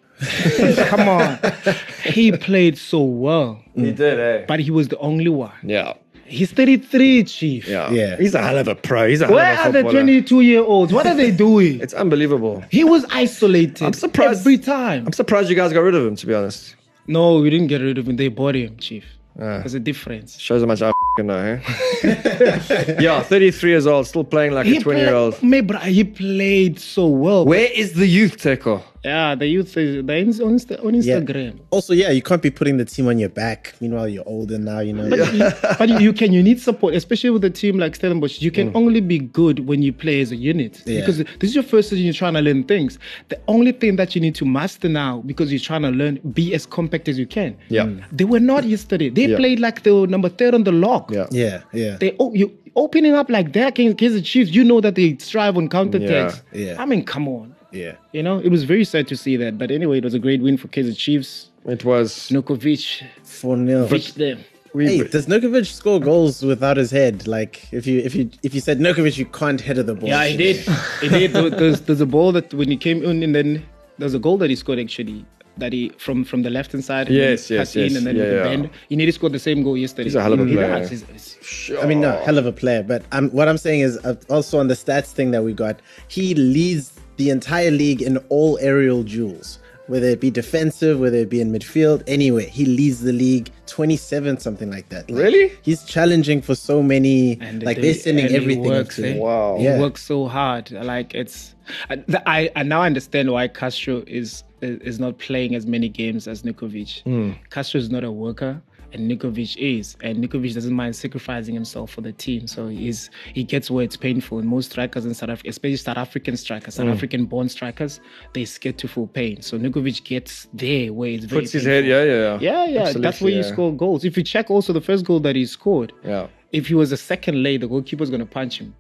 S2: Come on, (laughs) he played so well,
S3: He did, eh?
S2: but he was the only one.
S3: Yeah.
S2: He's 33, Chief.
S3: Yeah.
S1: Yeah.
S3: He's a hell of a pro. He's a hell
S2: Where are
S3: of a
S2: the
S3: footballer.
S2: 22 year olds? What are they
S3: (laughs)
S2: doing?
S3: It's unbelievable.
S2: he was isolated.
S3: I'm surprised-
S2: Every time.
S3: I'm surprised you guys got rid of him, to be honest.
S2: no, we didn't get rid of him. They bought him, Chief. There's a difference.
S3: Shows how much I f***ing know, eh?
S2: (laughs)
S3: yeah, 33 years old, still playing like a 20 year old.
S2: Maybe he played so well.
S3: Where is the youth, Teko?
S2: Yeah, the youth is they're in- on, Insta- on
S1: Yeah.
S2: Instagram.
S1: Also, yeah, you can't be putting the team on your back. Meanwhile, you're older now, you know.
S2: But, you, but you- you can you need support, especially with a team like Stellenbosch. You can only be good when you play as a unit
S1: Yeah.
S2: because this is your first season. You're trying to learn things. The only thing that you need to master now, because you're trying to learn, be as compact as you can. Mm.
S3: Yeah.
S2: they were not yesterday. They
S3: Yeah.
S2: played like they were number third on the log.
S3: Yeah.
S1: Yeah, yeah.
S2: They o- you opening up like that against against the Chiefs. You know that they strive on counter attacks.
S1: Yeah, yeah.
S2: I mean, come on.
S1: Yeah.
S2: You know, it was very sad to see that. But anyway, it was a great win for KZ Chiefs.
S3: It was.
S2: Nukovic
S1: 4 0.
S2: reached them.
S1: Hey, does Nukovic score goals without his head? Like if you if you if you said Nukovic you can't header the ball.
S2: Yeah, he did. he did. There- (laughs) There's, there's a ball that when he came in, and then there's a goal that he scored actually. That he from from the left hand side. and then
S3: Yes, yes,
S2: passed
S3: yes.
S2: In and then with
S3: Yeah,
S2: the
S3: yeah.
S2: bend. He nearly scored the same goal yesterday.
S3: He's a hell of a
S2: Mm. He-
S3: player.
S2: that's- it's- it's-
S1: I mean, no, hell of a player. But um, what I'm saying is uh, also on the stats thing that we got, he leads the entire league in all aerial duels, whether it be defensive, whether it be in midfield, anywhere. He leads the league 27, something like that. Like,
S3: Really?
S1: He's challenging for so many.
S2: And
S1: like
S2: they-
S1: they're sending
S2: and he
S1: everything.
S2: works,
S1: into
S2: eh?
S1: him.
S3: Wow.
S2: He
S1: Yeah.
S2: works so hard. Like it's, I, the- I, I now understand why Castro is is not playing as many games as Nikovic.
S1: Hmm.
S2: Castro is not a worker, and Nikovic is, and Nikovic doesn't mind sacrificing himself for the team. So he's he gets where it's painful. And most strikers in South Africa, especially South African strikers,
S1: Hmm.
S2: South African born strikers, they scared to feel pain. So Nikovic gets there where it's very
S3: Puts his
S2: painful.
S3: head, yeah, yeah,
S2: Yeah, yeah, that's
S3: Absolutely,
S2: where you
S3: yeah.
S2: score goals. If you check also the first goal that he scored,
S3: Yeah.
S2: if he was a second late, the goalkeeper's gonna punch him.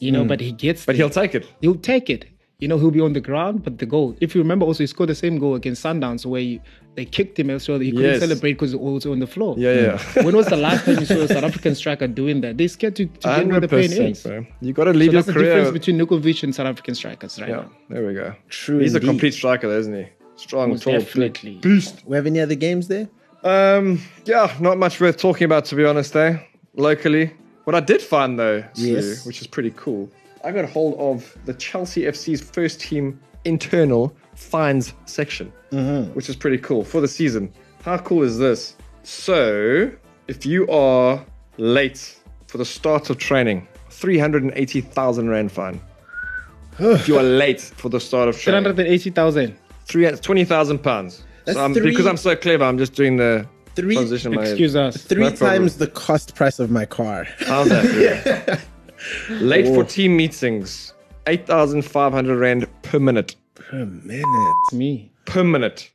S2: You know, but he gets.
S3: Mm, But
S2: there.
S3: he'll take it.
S2: he'll take it. You know, he'll be on the ground, but the goal. If you remember, also he scored the same goal against Sundowns where he, they kicked him as well. He couldn't
S3: Yes.
S2: celebrate because he was on the floor. Mm.
S3: Yeah, yeah.
S2: when was the last time you saw a South African striker doing that? They're scared to, to get where the pain is.
S3: 100%.
S2: So
S3: bro. You got to leave your
S2: that's the
S3: career.
S2: difference between Nukovic and South African strikers right
S3: yeah,
S2: now.
S3: there we go.
S1: True
S3: He's a
S1: indeed.
S3: complete striker, though, isn't he? Strong,
S2: Most
S3: tall, big.
S2: definitely.
S1: We have any other games there?
S3: Um, yeah, not much worth talking about to be honest, eh? Locally. What I did find though, Sue,
S1: Yes.
S3: which is pretty cool, I got hold of the Chelsea FC's first team internal fines section,
S1: Mm-hmm.
S3: which is pretty cool for the season. How cool is this? So, if you are late for the start of training, 380,000
S1: (sighs)
S3: Rand fine. if you are late for the start of training,
S2: 380,000.
S3: three twenty thousand pounds.
S1: That's
S3: So I'm,
S1: three-
S3: because I'm so clever, I'm just doing the
S1: Three-
S3: transition. in my head.
S2: Excuse us.
S1: Three
S3: No problem.
S1: times the cost price of my car. (laughs)
S3: How's that? feel? Late for team meetings, eight thousand five hundred rand per minute.
S1: per minute.
S2: Me.
S3: Per minute.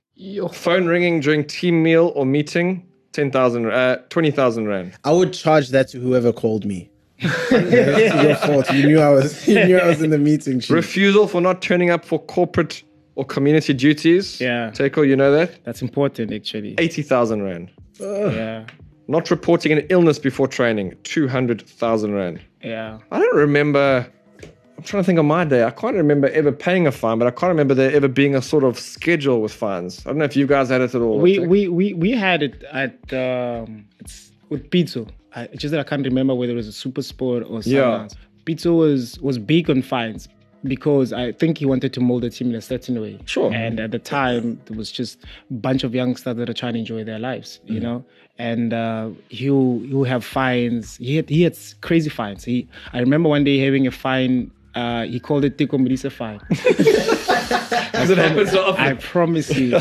S3: Phone ringing during team meal or meeting, ten thousand, uh, twenty thousand rand.
S1: I would charge that to whoever called me. (laughs) That's your fault. You knew I was. You knew I was in the meeting. Chief.
S3: Refusal for not turning up for corporate or community duties.
S2: Yeah.
S3: Teko, you know that.
S2: That's important, actually.
S3: Eighty thousand rand.
S2: Yeah.
S3: Not reporting an illness before training, two hundred thousand rand.
S2: Yeah.
S3: I don't remember. I'm trying to think of my day. I can't remember ever paying a fine, but I can't remember there ever being a sort of schedule with fines. I don't know if you guys had it at all.
S2: we,
S3: I think-
S2: we we we had it at um it's with Pizzo. I it's just that I can't remember whether it was a super sport or something
S3: Yeah.
S2: else. Pizzo was was big on fines because I think he wanted to mold the team in a certain way.
S3: Sure.
S2: And at the time there was just a bunch of youngsters that are trying to enjoy their lives,
S3: Mm.
S2: you know? And uh he'll he'll have fines. He had he had crazy fines. He I remember one day having a fine uh, he called it Tiko Mdisa fine.
S3: Does it happen so
S2: I
S3: (laughs) often?
S2: promise you,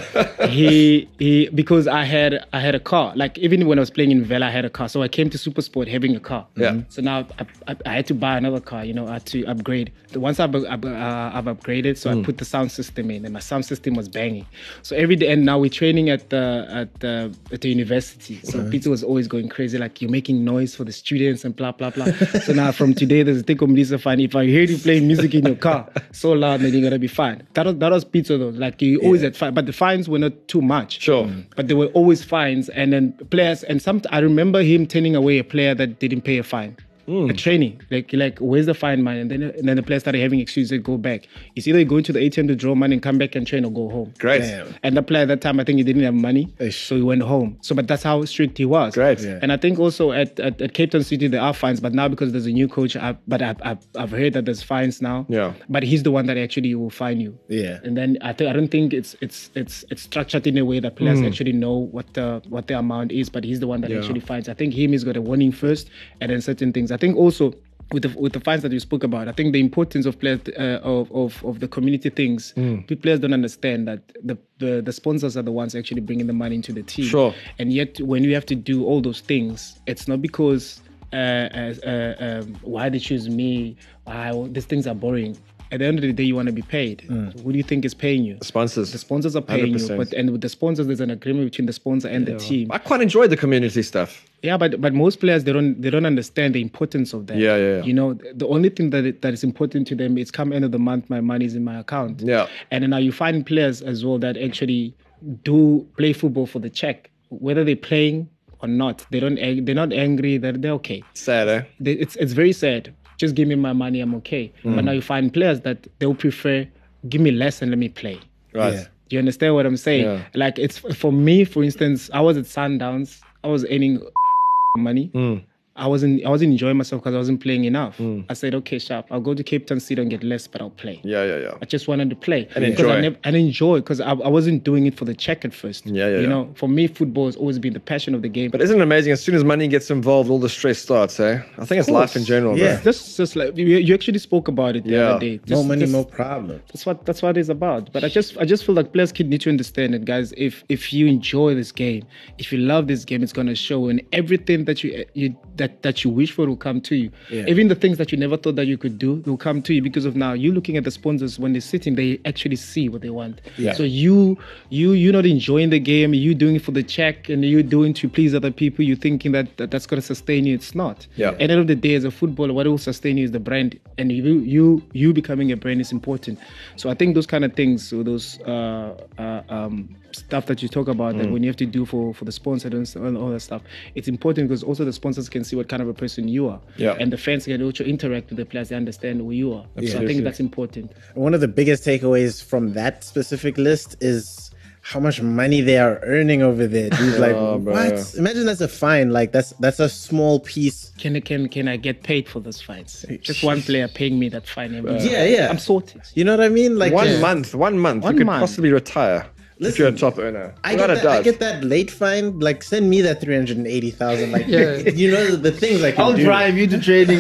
S2: he he because I had I had a car. Like even when I was playing in Vela, I had a car. So I came to Supersport having a car.
S3: Yeah.
S2: So now I, I, I had to buy another car. You know, I had to upgrade. The once I've, I've, uh, I've upgraded, so I put the sound system in, and my sound system was banging. So every day, and now we're training at the at the at the university. So Peter was always going crazy, like you're making noise for the students and blah blah (laughs) blah. so now from today, there's a take home Lisa fine. If I hear you playing music in your car so loud, then you're gonna be fined. That was that was Peter though. Like you always had fine, but the fines were not too much. Mm.
S3: Sure.
S2: But there were always fines, and then players, and some. I remember him turning away a player that didn't pay a fine.
S3: Hmm.
S2: a training. Like, like where's the fine money? And then, and then the players started having excuses. They go back. It's either you go into the ATM to draw money and come back and train or go home.
S3: Great.
S1: Damn.
S2: And the player at that time, I think he didn't have money, so he went home. So, but that's how strict he was.
S3: Great. Yeah.
S2: And I think also at, at, at Cape Town City there are fines, but now because there's a new coach, I, but I, I, I've heard that there's fines now.
S3: Yeah.
S2: But he's the one that actually will fine you.
S1: Yeah.
S2: And then I think I don't think it's it's it's it's structured in a way that players actually know what the what the amount is, but he's the one that actually fines. I think him has got a warning first, and then certain things. I think also. With the, with the fines that you spoke about, I think the importance of players uh, of, of of the community things, the players don't understand that the, the the sponsors are the ones actually bringing the money into the team.
S3: Sure.
S2: And yet, when you have to do all those things, it's not because uh, uh, uh, um, why they choose me. I, these things are boring. At the end of the day, you want to be paid. Who do you think is paying you?
S3: Sponsors.
S2: The sponsors are paying you,
S3: 100%.
S2: but and with the sponsors, there's an agreement between the sponsor and the team.
S3: I quite enjoy the community stuff.
S2: Yeah, but but most players they don't they don't understand the importance of that.
S3: Yeah, yeah, yeah.
S2: You know, th- the only thing that it- that is important to them is come end of the month, my money's in my account.
S3: Yeah.
S2: and then now you find players as well that actually do play football for the check, whether they're playing or not. They don't ang- they're not angry. They're they're okay.
S3: Sad, eh?
S2: They, it's it's very sad. Just give me my money, I'm okay.
S3: Mm.
S2: But now you find players that they'll prefer give me less and let me play.
S3: Right.
S1: Yeah.
S2: Do you understand what I'm saying?
S3: Yeah.
S2: Like it's for me, for instance, I was at Sundowns. I was earning (laughs) money.
S3: Mm.
S2: I wasn't. I wasn't enjoying myself because I wasn't playing enough. I said, okay, sharp. I'll go to Cape Town City and get less, but I'll play.
S3: Yeah, yeah, yeah.
S2: I just wanted to play and
S3: enjoy.
S2: I nev- and enjoy because I, I wasn't doing it for the check at first.
S3: Yeah, yeah,
S2: You
S3: yeah.
S2: know, for me, football has always been the passion of the game.
S3: But isn't it amazing? As soon as money gets involved, all the stress starts, eh? I think it's life in general,
S1: Yeah.
S3: bro.
S2: this is just like you you actually spoke about it the
S3: Yeah.
S2: other day.
S1: More
S2: Just-
S1: money,
S2: just-
S1: more problem.
S2: that's what that's what it's about. But I just I just feel like players kid need to understand it, guys. If if you enjoy this game, if you love this game, it's gonna show, and everything that you you that that you wish for will come to you. Even the things that you never thought that you could do will come to you because of now you looking at the sponsors when they're sitting, they actually see what they want.
S1: Yeah.
S2: So you you you're not enjoying the game. You doing it for the check, and you doing to please other people. You thinking that, that that's gonna sustain you. It's not.
S3: Yeah.
S2: At the end of the day, as a footballer, what will sustain you is the brand, and you you you becoming a brand is important. So I think those kind of things, so those uh, uh, um, stuff that you talk about,
S3: Mm.
S2: that when you have to do for for the sponsor and so- and all that stuff, it's important because also the sponsors can see what kind of a person you are,
S3: Yeah.
S2: and the fans can also interact with the players, they understand who you are. So I
S3: Absolutely.
S2: think that's important.
S1: One of the biggest takeaways from that specific list is how much money they are earning over there.
S3: (laughs)
S1: Dude, like
S3: bro.
S1: what? Imagine that's a fine. Like that's that's a small piece.
S2: Can can can I get paid for those fines? Just one player paying me that fine every
S3: uh,
S2: month.
S1: Yeah, yeah.
S2: I'm sorted.
S1: You know what I mean? Like
S3: One
S1: yeah.
S3: month, one month,
S2: One
S3: you could
S2: month.
S3: possibly retire if
S1: Listen,
S3: you're a top earner.
S1: I
S3: Without
S1: get,
S3: a
S1: that, I
S3: doubt.
S1: get that late fine. Like, send me that three hundred and eighty thousand. Like,
S4: Yeah.
S1: (laughs) you know the, the things I can do.
S2: you to training.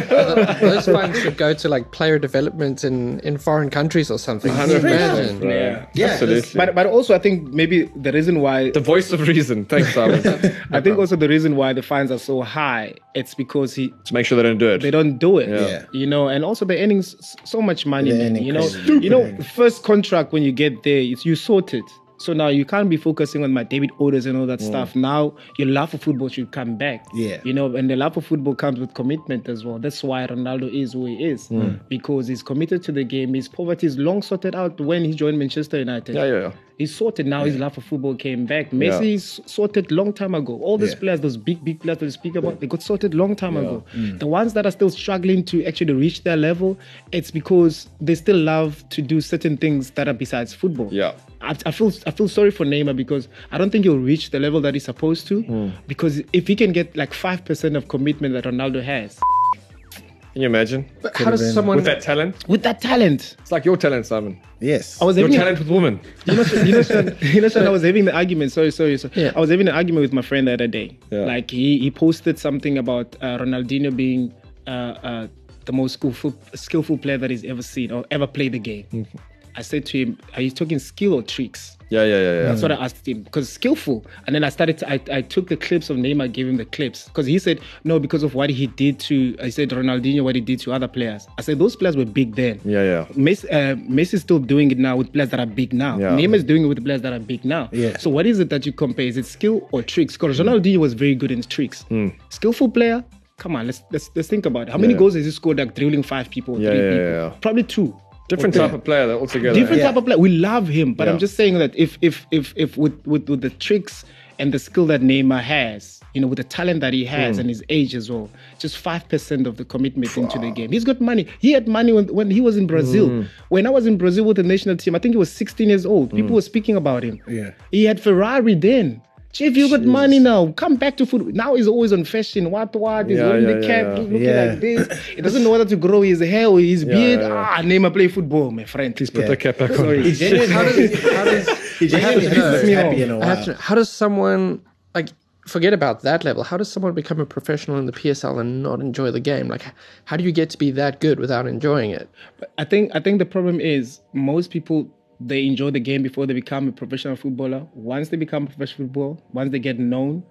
S4: Those funds should go to like player development in, in foreign countries or something. Can you
S1: 100%,
S4: imagine?
S3: Yeah,
S1: Yeah,
S3: absolutely.
S2: But but also I think maybe the reason why
S3: the voice of reason.
S1: (laughs)
S3: Thanks, Simon. to
S2: I think also the reason why the fines are so high, it's because he
S3: make sure they don't do it.
S2: they don't do it.
S1: Yeah.
S2: You know, and also they're earning s- so much money,
S1: They're
S2: man.
S1: earning
S2: You know,
S1: crazy.
S2: you know, first contract when you get there, it's you sorted. So now you can't be focusing on my debit orders and all that stuff. Now your love for football should come back.
S1: Mm. Yeah.
S2: You know, and the love for football comes with commitment as well. That's why Ronaldo is who he is.
S1: Mm.
S2: Because he's committed to the game. His poverty is long sorted out when he joined Manchester United.
S3: Yeah, yeah, yeah.
S2: He's sorted now. His love for football came back. Messi
S3: Yeah.
S2: is sorted long time ago. All these
S1: Yeah.
S2: players, those big, big players that we speak about, they got sorted long time ago.
S3: Mm.
S2: The ones that are still struggling to actually reach their level, it's because they still love to do certain things that are besides football.
S3: Yeah.
S2: I, I feel I feel sorry for Neymar because I don't think he'll reach the level that he's supposed to.
S3: Hmm.
S2: Because if he can get like five percent of commitment that Ronaldo has
S3: Can you imagine?
S4: But how does someone
S3: With that talent,
S2: with that talent,
S3: it's like your talent, Simon.
S1: Yes.
S2: I was
S3: Your
S2: having a-
S3: talent with women.
S2: you know, you know, Sean, (laughs) you know, Sean, I was having the argument. Sorry, sorry, sorry.
S4: Yeah.
S2: I was having an argument with my friend the other day.
S3: Yeah.
S2: Like he he posted something about uh, Ronaldinho being uh, uh, the most skillful skillful player that he's ever seen or ever played the game. I said to him, "Are you talking skill or tricks?"
S3: Yeah, yeah, yeah, yeah.
S2: That's what I asked him because skillful. And then I started. To, I I took the clips of Neymar, gave him the clips because he said no because of what he did to. I said Ronaldinho, what he did to other players. I said those players were big then.
S3: Yeah, yeah.
S2: Messi, uh, Messi's still doing it now with players that are big now.
S3: Yeah.
S2: Neymar's doing it with players that are big now.
S1: Yeah.
S2: So what is it that you compare? Is it skill or tricks? Because Ronaldinho was very good in tricks. Skillful player. Come on, let's let's, let's think about it. How many
S3: Hmm. Yeah.
S2: goals has he scored like drilling five people,
S3: Yeah,
S2: three
S3: yeah,
S2: people?
S3: yeah, yeah.
S2: Probably two.
S3: Different type of player though, altogether.
S2: Different
S1: Yeah.
S2: type of player. We love him, but
S3: Yeah.
S2: I'm just saying that if if if if with with, with the tricks and the skill that Neymar has, you know, with the talent that he
S3: Mm.
S2: has and his age as well, just five percent of the commitment into the game. He's got money. He had money when, when he was in Brazil.
S3: Mm.
S2: When I was in Brazil with the national team, I think he was 16 years old. People
S3: Mm.
S2: were speaking about him.
S6: Yeah.
S2: He had Ferrari then. Chief, you got money now. Come back to food. Now he's always on fashion. What what? He's
S3: Yeah,
S2: wearing
S3: yeah,
S2: the
S3: yeah,
S2: cap,
S3: yeah.
S2: looking
S1: Yeah.
S2: like this. He doesn't know whether to grow his hair or his beard.
S3: (laughs) yeah, yeah.
S2: Ah, Neymar play football, my friend. Please
S3: Put the cap back on.
S1: He genuinely,
S4: (laughs) How does, how does
S1: he genuinely
S4: have to
S1: hasn't
S4: know.
S1: looked happy in a
S4: I have
S1: while.
S4: to, how does someone like forget about that level? How does someone become a professional in the PSL and not enjoy the game? Like, how do you get to be that good without enjoying it?
S2: I think I think the problem is most people they enjoy the game before they become a professional footballer. Once they become a professional footballer, once they get known,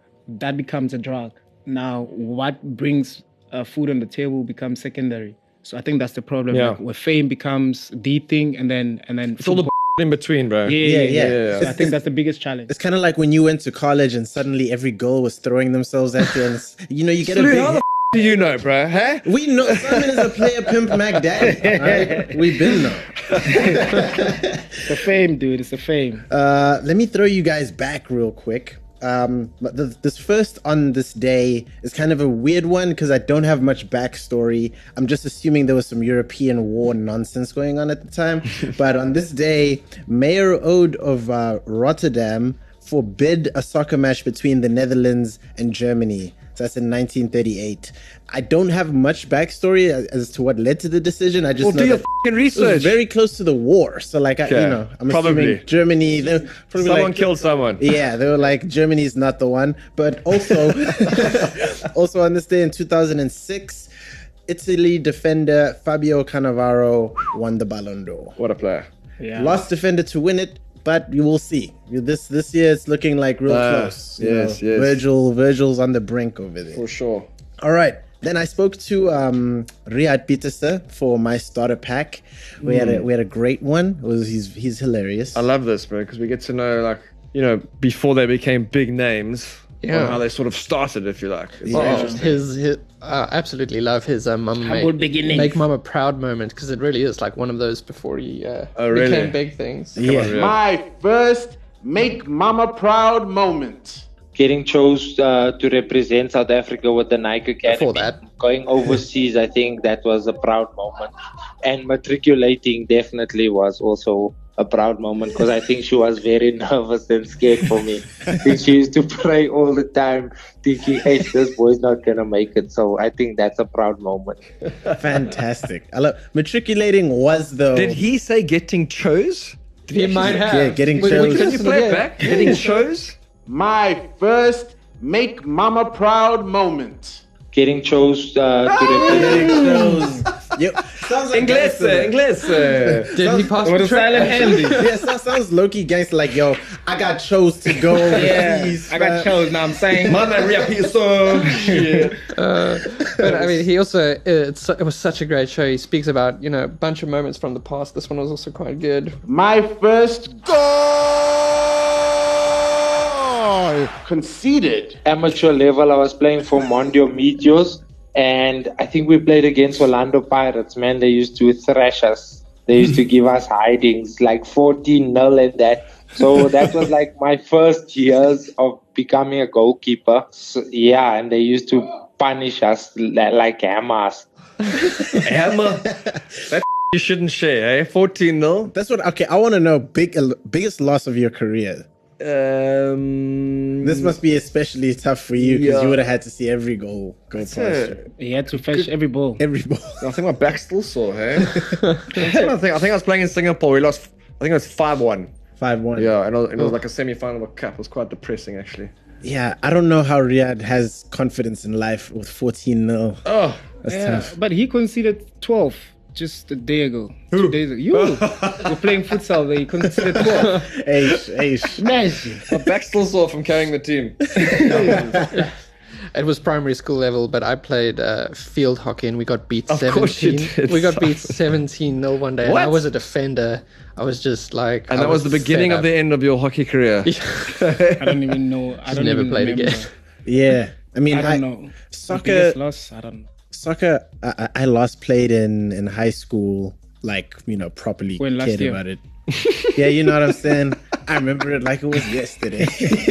S2: that becomes a drug. Now, what brings uh, food on the table becomes secondary. So I think that's the problem.
S3: Yeah.
S2: Like, where fame becomes the thing, and then and then
S3: It's all the (laughs) in between,
S2: yeah,
S3: bro.
S2: yeah.
S1: yeah.
S2: yeah.
S3: yeah.
S2: So I think that's the biggest challenge.
S1: It's kind of like when you went to college and suddenly every girl was throwing themselves at you, and it's- you know you get a
S3: Dude,
S1: big.
S3: how the f- do you know, bro? Huh?
S1: we know Simon is a player pimp Mac Daddy.
S3: (laughs)
S1: Right? We've been know.
S2: It's a fame, dude. It's a fame.
S1: Uh, let me throw you guys back real quick. Um, but the, this first on this day is kind of a weird one because I don't have much backstory. I'm just assuming there was some European war nonsense going on at the
S3: (laughs)
S1: time. but on this day, Mayor Ode of uh, Rotterdam forbid a soccer match between the Netherlands and Germany. So that's in 1938. I don't have much backstory as, as to what led to the decision. I just
S3: Well,
S1: know
S3: do your
S1: that-
S3: fucking
S1: it was
S3: research.
S1: very close to the war. So like, I,
S3: Okay.
S1: you know, I'm
S3: Probably.
S1: assuming Germany. They were probably
S3: Someone
S1: like,
S3: killed someone.
S1: yeah, they were like Germany's not the one. But also, (laughs) also on this day in 2006, Italy defender Fabio Cannavaro won the Ballon d'Or.
S3: What a player.
S2: Yeah.
S1: Last defender to win it, but you will see. This this year it's looking like real
S3: Ah,
S1: close. you
S3: yes,
S1: know.
S3: yes.
S1: Virgil Virgil's on the brink over there.
S3: For sure.
S1: All right. Then I spoke to um, Riyad Petersa for my starter pack. We had a we had a great one. It was he's he's hilarious.
S3: Hmm. I love this, bro, because we get to know, like, you know, before they became big names,
S4: Yeah.
S3: on how they sort of started, if you like. It's
S4: Oh,
S3: interesting.
S4: his, his I absolutely love his uh, mum
S2: Humble
S4: make,
S2: beginning.
S4: make mama proud moment because it really is like one of those before he uh,
S3: Oh, really?
S4: became big things.
S1: yeah.
S3: Yeah.
S6: My first make mama proud moment.
S7: getting chose uh, to represent South Africa with the Nike Academy.
S4: Before that.
S7: Going overseas, I think that was a proud moment. And matriculating definitely was also a proud moment because I think she was very (laughs) nervous and scared for me. I think she used to pray all the time, thinking, hey, this boy's not going to make it. So I think that's a proud moment.
S1: (laughs) Fantastic. I love matriculating was though.
S3: Did he say getting chose?
S4: He might have.
S1: Yeah, getting
S4: We- we
S1: chose.
S3: Can you
S4: listen
S3: play
S4: again.
S3: it back? Getting chose?
S6: My first make mama proud moment.
S7: Getting chose uh, to
S1: (laughs)
S7: represent.
S1: Shows- Yep. Sounds like gangster.
S3: (laughs) Inglese.
S4: Did he pass the track?
S1: Yeah, so, sounds low-key gangster. Like, yo, I got chose to
S3: (laughs)
S1: go. overseas,
S2: I got
S1: man.
S2: chose. Now I'm saying.
S3: Mother reappears.
S4: But I mean, he also uh, it's, it was such a great show. He speaks about you know a bunch of moments from the past. This one was also quite good.
S6: My first goal conceded.
S7: amateur level, I was playing for Mondio Meteors, and I think we played against Orlando Pirates. Man, they used to thrash us. They used to give us hidings, like 14 nil and that. So that was like my first years of becoming a goalkeeper. So, yeah, and they used to punish us li- like hammers.
S3: (laughs) Hammer. That you shouldn't share, eh? 14 0.
S1: That's what. Okay, I want to know big uh, biggest loss of your career.
S3: Um,
S1: This must be especially tough for you because
S3: Yeah.
S1: you would have had to see every goal go
S3: er
S1: past.
S3: øh,
S1: you.
S2: He had to fetch every ball.
S1: Every ball.
S3: I think my back's still (laughs) sore, hey? I, think, I think I was playing in Singapore. We lost, I think it was 5 1.
S1: (laughs) Five one.
S3: Yeah, and it was, it was like a semi final of a cup. It was quite depressing, actually.
S1: Yeah, I don't know how Riyadh has confidence in life with 14 0.
S3: Oh,
S1: That's (laughs)
S2: Yeah,
S1: tough.
S2: but he conceded 12 just a day ago. Two days ago.
S4: (laughs)
S2: You were playing futsal there. He conceded 12.
S1: Aish, aish.
S2: Imagine.
S3: my back's still sore from carrying the team.
S4: It was primary school level, but I played uh, field hockey and we got beat
S3: Of course you
S4: seventeen.
S3: did.
S4: We got beat seventeen 0 one day. And I
S3: What?
S4: was a defender. I was just like,
S3: And
S4: I
S3: that was the
S4: fed
S3: beginning
S4: up.
S3: of the end of your hockey career.
S2: I don't even know. I don't
S4: never
S2: even
S4: played
S2: remember.
S4: again.
S1: Yeah. I mean,
S2: I
S1: I,
S2: don't know.
S1: soccer-
S2: Biggest loss. I don't know.
S1: soccer, I, I- I last played in, in high school, like, you know, properly
S2: When, last
S1: cared
S2: year?
S1: about it. yeah, you know what I'm saying? I remember it like it was yesterday. (laughs)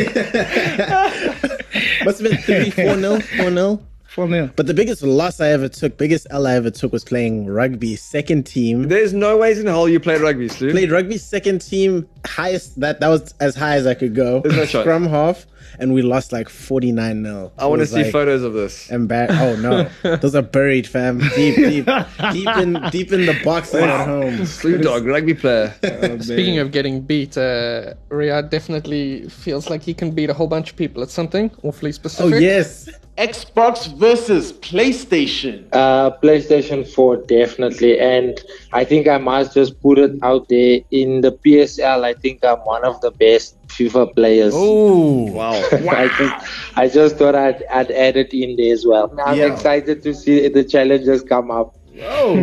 S1: Must have been 3 4 0, 4 0.
S2: Four nil.
S1: But the biggest loss I ever took, biggest L I ever took was playing rugby second team.
S3: There's no ways in hell you played rugby, Stu.
S1: played rugby second team highest that that was as high as I could go.
S3: There's no shot.
S1: Scrum half and we lost like 49 0.
S3: I want to see photos of this.
S1: Embar- oh
S3: (laughs)
S1: no, those are buried, fam. Deep, deep, deep in, deep in the boxes at home.
S3: Stu Dog, rugby (laughs) player.
S4: Speaking of getting beat, uh, Riyadh definitely feels like he can beat a whole bunch of people at something awfully
S1: Oh
S4: specific.
S1: yes,
S8: Xbox versus PlayStation.
S7: Uh, PlayStation 4, definitely. And I think I must just put it out there in the PSL. I think I'm one of the best FIFA players.
S3: Wow.
S7: (laughs) I just, I just thought I'd, I'd add it in there as well. I'm excited to see the challenges come up.
S3: Oh,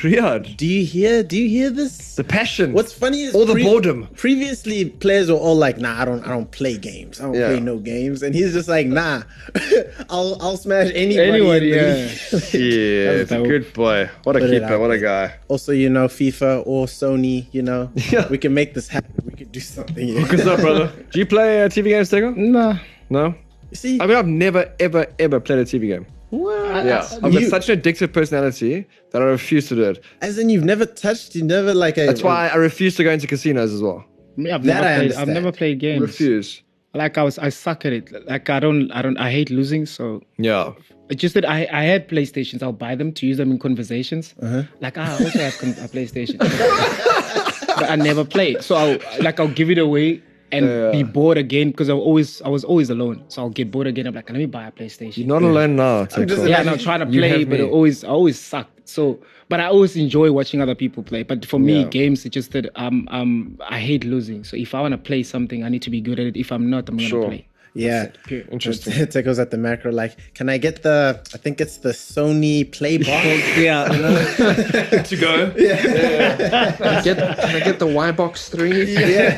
S3: Riyadh.
S1: do you hear? Do you hear this?
S3: The passion.
S1: What's funny is
S3: All the
S1: pre-
S3: boredom.
S1: Previously, players were all like, "Nah, I don't, I don't play games. I don't
S3: Yeah.
S1: play no games." And he's just like, "Nah, (laughs) I'll, I'll smash anybody."
S2: Anyone,
S1: in the
S2: yeah.
S1: league."
S3: (laughs) Yeah, it's a good boy. What a
S1: Put it
S3: keeper.
S1: out
S3: What a guy.
S1: Also, you know, FIFA or Sony, you know,
S3: (laughs) Yeah.
S1: we can make this happen. We could do something. here.
S3: What's up,
S1: (laughs)
S3: brother? (laughs) Do you play uh, TV games, Tego?
S2: Nah.
S3: No.
S1: See,
S3: I mean, I've never, ever, ever played a TV game. Yeah. I've got
S1: you-
S3: such an addictive personality that I refuse to do it.
S1: as in, you've never touched, you never like.
S3: That's why I refuse to go into casinos as well.
S2: Me, I've
S1: That
S2: never
S1: I
S2: played.
S1: understand.
S2: I've never played games.
S3: Refuse.
S2: Like I was, I suck at it. Like I don't, I don't, I hate losing. So
S3: Yeah.
S2: it's just that I, I had PlayStations. I'll buy them to use them in conversations.
S3: Uh-huh.
S2: Like ah, I also have con- a PlayStation, (laughs) but I never played. So I'll like I'll give it away and be bored again because I always, I was always alone. So I'll get bored again. I'm like, let me buy a PlayStation.
S3: You're not alone now.
S1: just
S3: Teco.
S1: like-
S2: yeah, and I'll try to
S3: You
S2: play,
S3: have
S2: but
S3: me.
S2: it always I always sucked. So, but I always enjoy watching other people play. But for me,
S3: Yeah.
S2: games it's just that um um I hate losing. So if I want to play something, I need to be good at it. If I'm not, I'm gonna
S3: Sure.
S2: play.
S1: Yeah.
S3: Interesting.
S1: (laughs) Tickles at the macro, like, can I get the, I think it's the Sony Play Box?
S2: Yeah,
S3: to go.
S4: Can I get, can I get the Y Box
S1: (laughs)
S4: 3?
S1: yeah.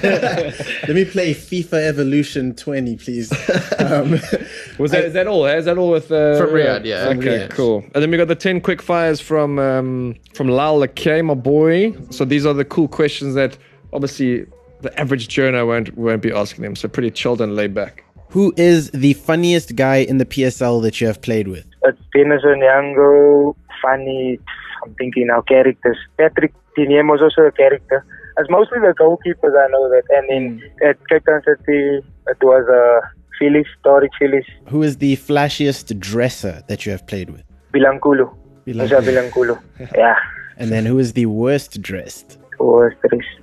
S1: Let me play FIFA Evolution 20,
S3: (laughs)
S1: please. Um, (laughs)
S3: Was that, is that all? eh? Is that all with uh,
S4: From Riyadh, yeah, from
S3: Okay,
S4: Riyadh.
S3: cool. And then we got the ten quick fires from um, from Lal Lakay, my boy. So these are the cool questions that obviously the average journo won't won't be asking them. So pretty chilled and laid back.
S1: Who is the funniest guy in the PSL that you have played with?
S9: It's Denison Yango, funny. I'm thinking now characters. Patrick Tiniem was also a character. It's mostly the goalkeepers I know that. And then at Cape Town City, it was uh, Felix, Tariq Felix,
S1: Who is the flashiest dresser that you have played with?
S9: Bilankulu. Musa Bilankulu. Yeah.
S1: And then who is the worst dressed?
S9: Was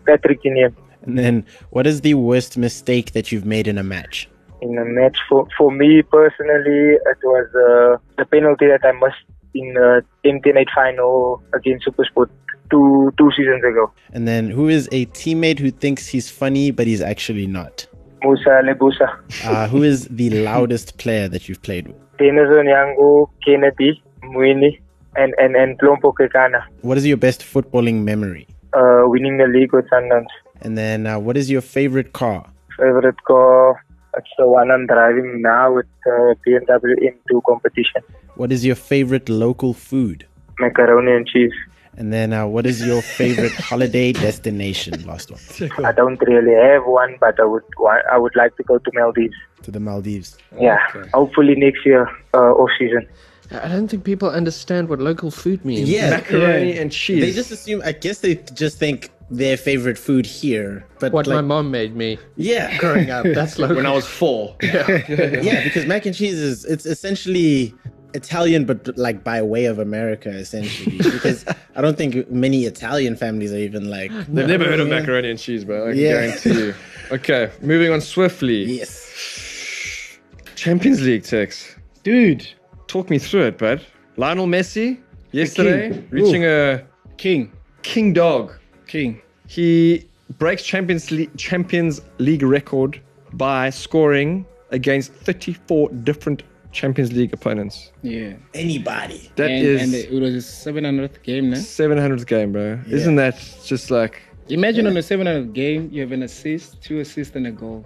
S9: Patrick Tiniem
S1: And then what is the worst mistake that you've made in a match?
S9: in a match. For, for me personally, it was uh, the penalty that I missed in the 10 8 final against Supersport two, two seasons ago.
S1: And then who is a teammate who thinks he's funny but he's actually not?
S9: Musa Lebusa.
S1: Uh, who is
S3: (laughs)
S1: the loudest player that you've played with?
S9: Denison Yango, Kennedy, Mwini, and, and, and Plompo Kekana,
S1: What is your best footballing memory?
S9: uh, winning the league with Sundowns.
S1: And then uh, what is your favorite car?
S9: Favorite car, it's the one I'm driving now with uh, BMW M2 competition.
S1: What is your favorite local food?
S9: Macaroni and cheese.
S1: And then uh, what is your
S3: (laughs)
S1: favorite holiday destination? Last one.
S9: I don't really have one, but I would wa- I would like to go to Maldives.
S1: To the Maldives.
S9: Yeah, hopefully next year, uh, off season.
S4: I don't think people understand what local food means.
S3: Macaroni and cheese.
S1: They just assume, I guess they just think their favorite food here. But
S4: What my
S1: like,
S4: mom made me.
S1: yeah, growing up. (laughs)
S4: That's local.
S3: when I was four.
S1: yeah, because mac and cheese is it's essentially Italian, but like by way of America, essentially. because I don't think many Italian families are even like
S3: They've never heard of macaroni and cheese, bro. I can
S1: Yeah.
S3: guarantee you. Okay, moving on swiftly.
S1: yes.
S3: Champions League text.
S2: dude,
S3: Talk me through it, bud. Lionel Messi yesterday
S2: king.
S3: reaching a
S2: king,
S3: king dog.
S2: king.
S3: He breaks Champions League, Champions League record by scoring against 34 different Champions League opponents.
S2: Yeah,
S1: Anybody.
S3: That
S2: and,
S3: is
S2: and it was his 700th game. Now,
S3: 700th game, bro. Isn't that just like
S2: imagine on a 700th game, you have an assist, two assists, and a goal.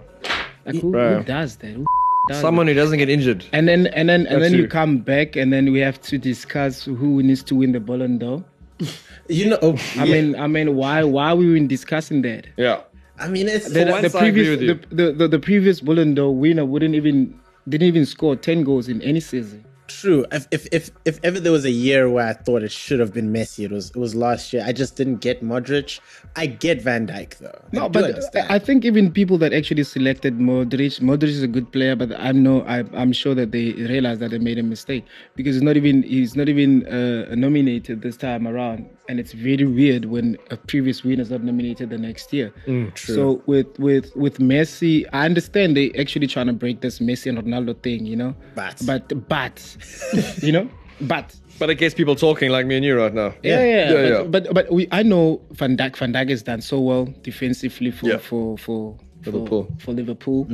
S2: Like who,
S3: Bro.
S2: who does that? Who does
S3: someone who doesn't get injured?
S2: that? And then and then and
S3: That's
S2: then you
S3: you.
S2: come back, and then we have to discuss who needs to win the Ballon d'Or.
S1: You know, oh,
S2: I mean, I mean, why why are we even discussing that?
S3: Yeah.
S1: I mean, it's
S2: The, the
S3: once, I agree
S2: previous,
S3: with you.
S2: The, the, the, the previous Bullen though winner wouldn't even didn't even score ten goals in any season.
S1: true. If, if if if ever there was a year where I thought it should have been Messi, it was it was last year. I just didn't get Modric. I get Van Dijk though. I
S2: No,
S1: do
S2: but uh,
S1: understand.
S2: I think even people that actually selected Modric, Modric is a good player, but I know I, I'm sure that they realize that they made a mistake because he's not even he's not even uh, nominated this time around, and it's very weird when a previous winner is not nominated the next year.
S1: Mm,
S2: So with with with Messi, I understand they actually trying to break this Messi and Ronaldo thing, you know.
S1: But.
S2: but but (laughs) you know but
S3: But it gets people talking like me and you right now.
S2: yeah, yeah,
S3: Yeah, yeah.
S2: But, but but we I know Van Dijk Van Dijk has done so well defensively for
S3: Yeah.
S2: for for for-
S3: Liverpool. Mm-hmm.
S2: For, Liverpool,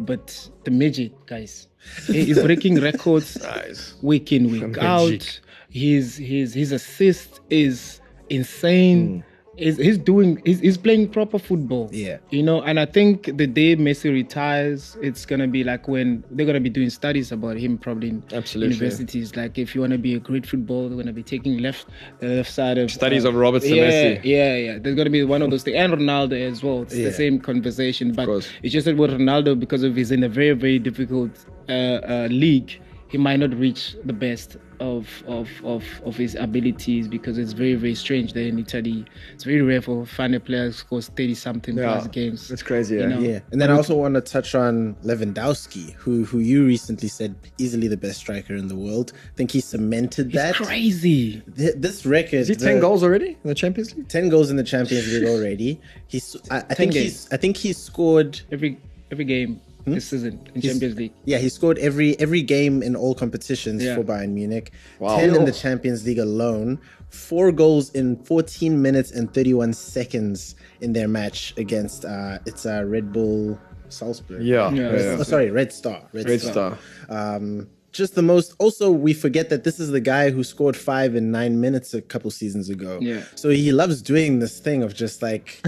S2: but the midget guys, he- he's breaking
S3: (laughs)
S2: records
S3: Nice.
S2: week in week out. His his his assist is
S3: Mm.
S2: insane. He's, he's doing he's, he's playing proper football.
S1: Yeah.
S2: you know, and I think the day Messi retires, it's gonna be like when they're gonna be doing studies about him probably in
S3: Absolutely.
S2: universities. Like if you wanna be a great footballer, they're gonna be taking left the left side of uh,
S3: Studies of Robertson
S2: yeah,
S3: Messi.
S2: Yeah, yeah. There's gonna be one of those things. And Ronaldo as well. It's the same conversation. But
S3: course.
S2: it's just that with Ronaldo, because of he's in a very, very difficult uh, uh, league, he might not reach the best of, of of of his abilities because it's very, very strange there in Italy. It's very rare for find a player who scores thirty something plus games.
S3: That's crazy, yeah.
S1: Yeah, and then I also want to touch on Lewandowski, who who you recently said easily the best striker in the world. I think he cemented that.
S2: Crazy.
S1: Th- this record,
S3: Is he 10
S1: the-
S3: goals already in the Champions League?
S1: 10 goals in the Champions League already. He's I, I think
S2: games.
S1: he's I think he scored.
S2: Every every game
S3: Hmm?
S2: this season in Champions League.
S1: Yeah, he scored every every game in all competitions
S2: Yeah.
S1: for Bayern Munich.
S3: Wow.
S1: Ten in the Champions League alone. Four goals in 14 minutes and 31 seconds in their match against uh, it's uh, Red Bull Salzburg.
S3: Yeah.
S2: Yeah.
S3: yeah,
S1: Oh,
S3: yeah.
S1: sorry, Red Star. Red,
S3: Great star.
S1: Um, just the most. Also, we forget that this is the guy who scored five in nine minutes a couple seasons ago.
S2: Yeah.
S1: So he loves doing this thing of just
S2: (laughs)
S1: like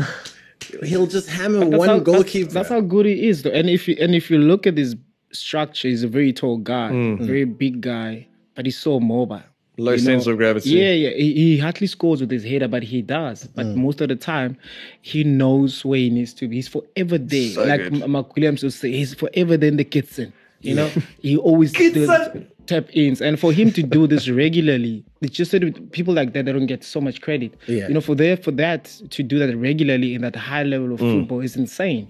S1: he'll just hammer
S2: That's
S1: one
S2: how- that's-
S1: goalkeeper.
S2: That's, how good he is, though. And if you and if you look at his structure, he's a very tall guy, very big guy, but he's so mobile.
S3: Mm. Low sense of gravity.
S2: Yeah, yeah. He, he hardly scores with his header, but he does. But most of the time, he knows where he needs to be. He's forever there.
S3: So
S2: like
S3: good.
S2: M- Mark Williams would say, he's forever there in the kitchen. You know, he always does tap ins. And for him to do this regularly, it's just that people like that they don't get so much credit.
S1: Yeah.
S2: You know, for there for that to do that regularly in that high level of football is insane.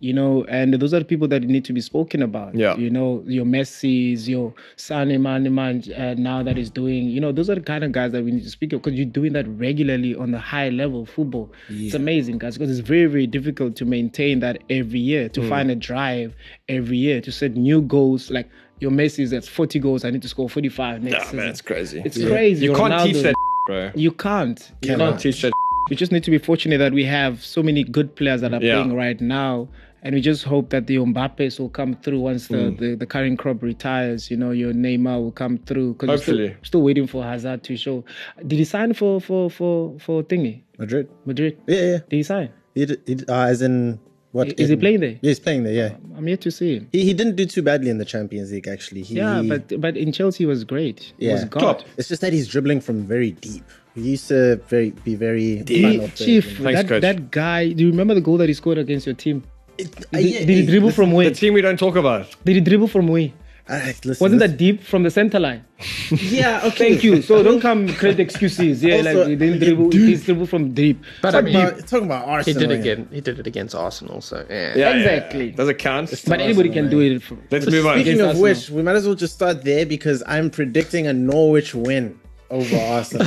S2: You know, and those are the people that need to be spoken about.
S3: Yeah.
S2: You know, your Messi's, your Sané, Mane, Man, uh, now that is doing, you know, those are the kind of guys that we need to speak of because you're doing that regularly on the high level of football. It's amazing, guys, because it's very, very difficult to maintain that every year,
S3: Hmm.
S2: to find a drive every year, to set new goals. Like your Messi's, that's 40 goals. I need to score 45 next
S3: Nah,
S2: season.
S3: man, it's crazy.
S2: It's crazy.
S3: You can't teach
S2: Ronaldo.
S3: that, bro.
S2: You can't. You
S3: You can't teach that.
S2: we just need to be fortunate that we have so many good players that are
S3: Yeah.
S2: playing right now. And we just hope that the Mbappes will come through once the,
S3: Hmm.
S2: the, the current crop retires. You know, your Neymar will come through. 'Cause we're still-
S3: Hopefully.
S2: Still, waiting for Hazard to show. Did he sign for for for for thingy
S1: Madrid.
S2: Madrid?
S1: Yeah, yeah.
S2: Did he sign?
S1: He, did- he, did- uh, as in what?
S2: Is he
S1: in-
S2: playing there?
S1: Yeah, he's playing there. Yeah.
S2: I'm yet to see him.
S1: He, he didn't do too badly in the Champions League actually. He,
S2: Yeah, but but in Chelsea he was great. He was
S1: Yeah.
S2: God.
S1: it's just that he's dribbling from very deep. He used to very be very
S2: He-
S1: final third.
S2: Chief,
S3: Thanks,
S2: that,
S3: coach.
S2: that guy. Do you remember the goal that he scored against your team?
S1: It- uh,
S2: Did,
S1: yeah,
S2: did he
S1: hey,
S2: dribble
S1: listen-
S2: from
S3: The
S2: where?
S3: team we don't talk about.
S2: Did he dribble from where?
S1: uh, listen,
S2: Wasn't
S1: this-
S2: that deep from the center line?
S1: (laughs) Yeah. Okay.
S2: Thank you. So don't come create excuses. Yeah,
S1: Also,
S2: like we didn't dribble, we didn't dribble from deep.
S4: But I
S1: Talking
S4: mean, he,
S1: about, talking about
S4: he
S1: Arsenal.
S4: did
S1: yeah.
S4: again. He did it against Arsenal, so yeah.
S3: Yeah, yeah, yeah.
S2: Exactly.
S3: Does it count?
S2: But anybody can do it. For,
S3: Let's move on.
S1: Speaking
S2: Against
S1: of
S2: Arsenal.
S1: which, we might as well just start there because I'm predicting a Norwich win
S3: (laughs)
S1: over Arsenal.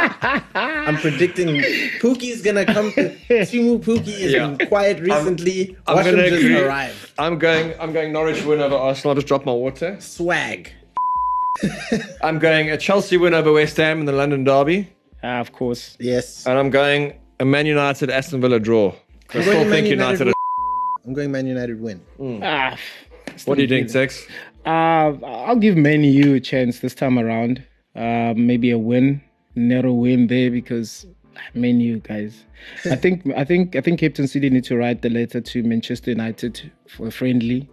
S1: I'm predicting Pookie's gonna come. Timu Pookie is
S3: Yeah.
S1: been quiet recently.
S3: I'm
S1: Watch him
S3: gonna
S1: just
S3: agree.
S1: arrive.
S3: I'm going. I'm going Norwich win over Arsenal. I just dropped my water.
S1: Swag.
S3: I'm going a Chelsea win over West Ham in the London derby,
S2: ah, of course.
S1: Yes.
S3: and I'm going a Man United Aston Villa draw. 'Cause
S1: going
S3: I still
S1: Man
S3: think United.
S1: United
S3: are
S1: I'm going Man United win.
S2: Ah, f-
S3: what do you think, Tex?
S2: uh, I'll give Man U a chance this time around. Uh, maybe a win, narrow win there because I mean, you guys. I think I think I think Captain City need to write the letter to Manchester United for a friendly.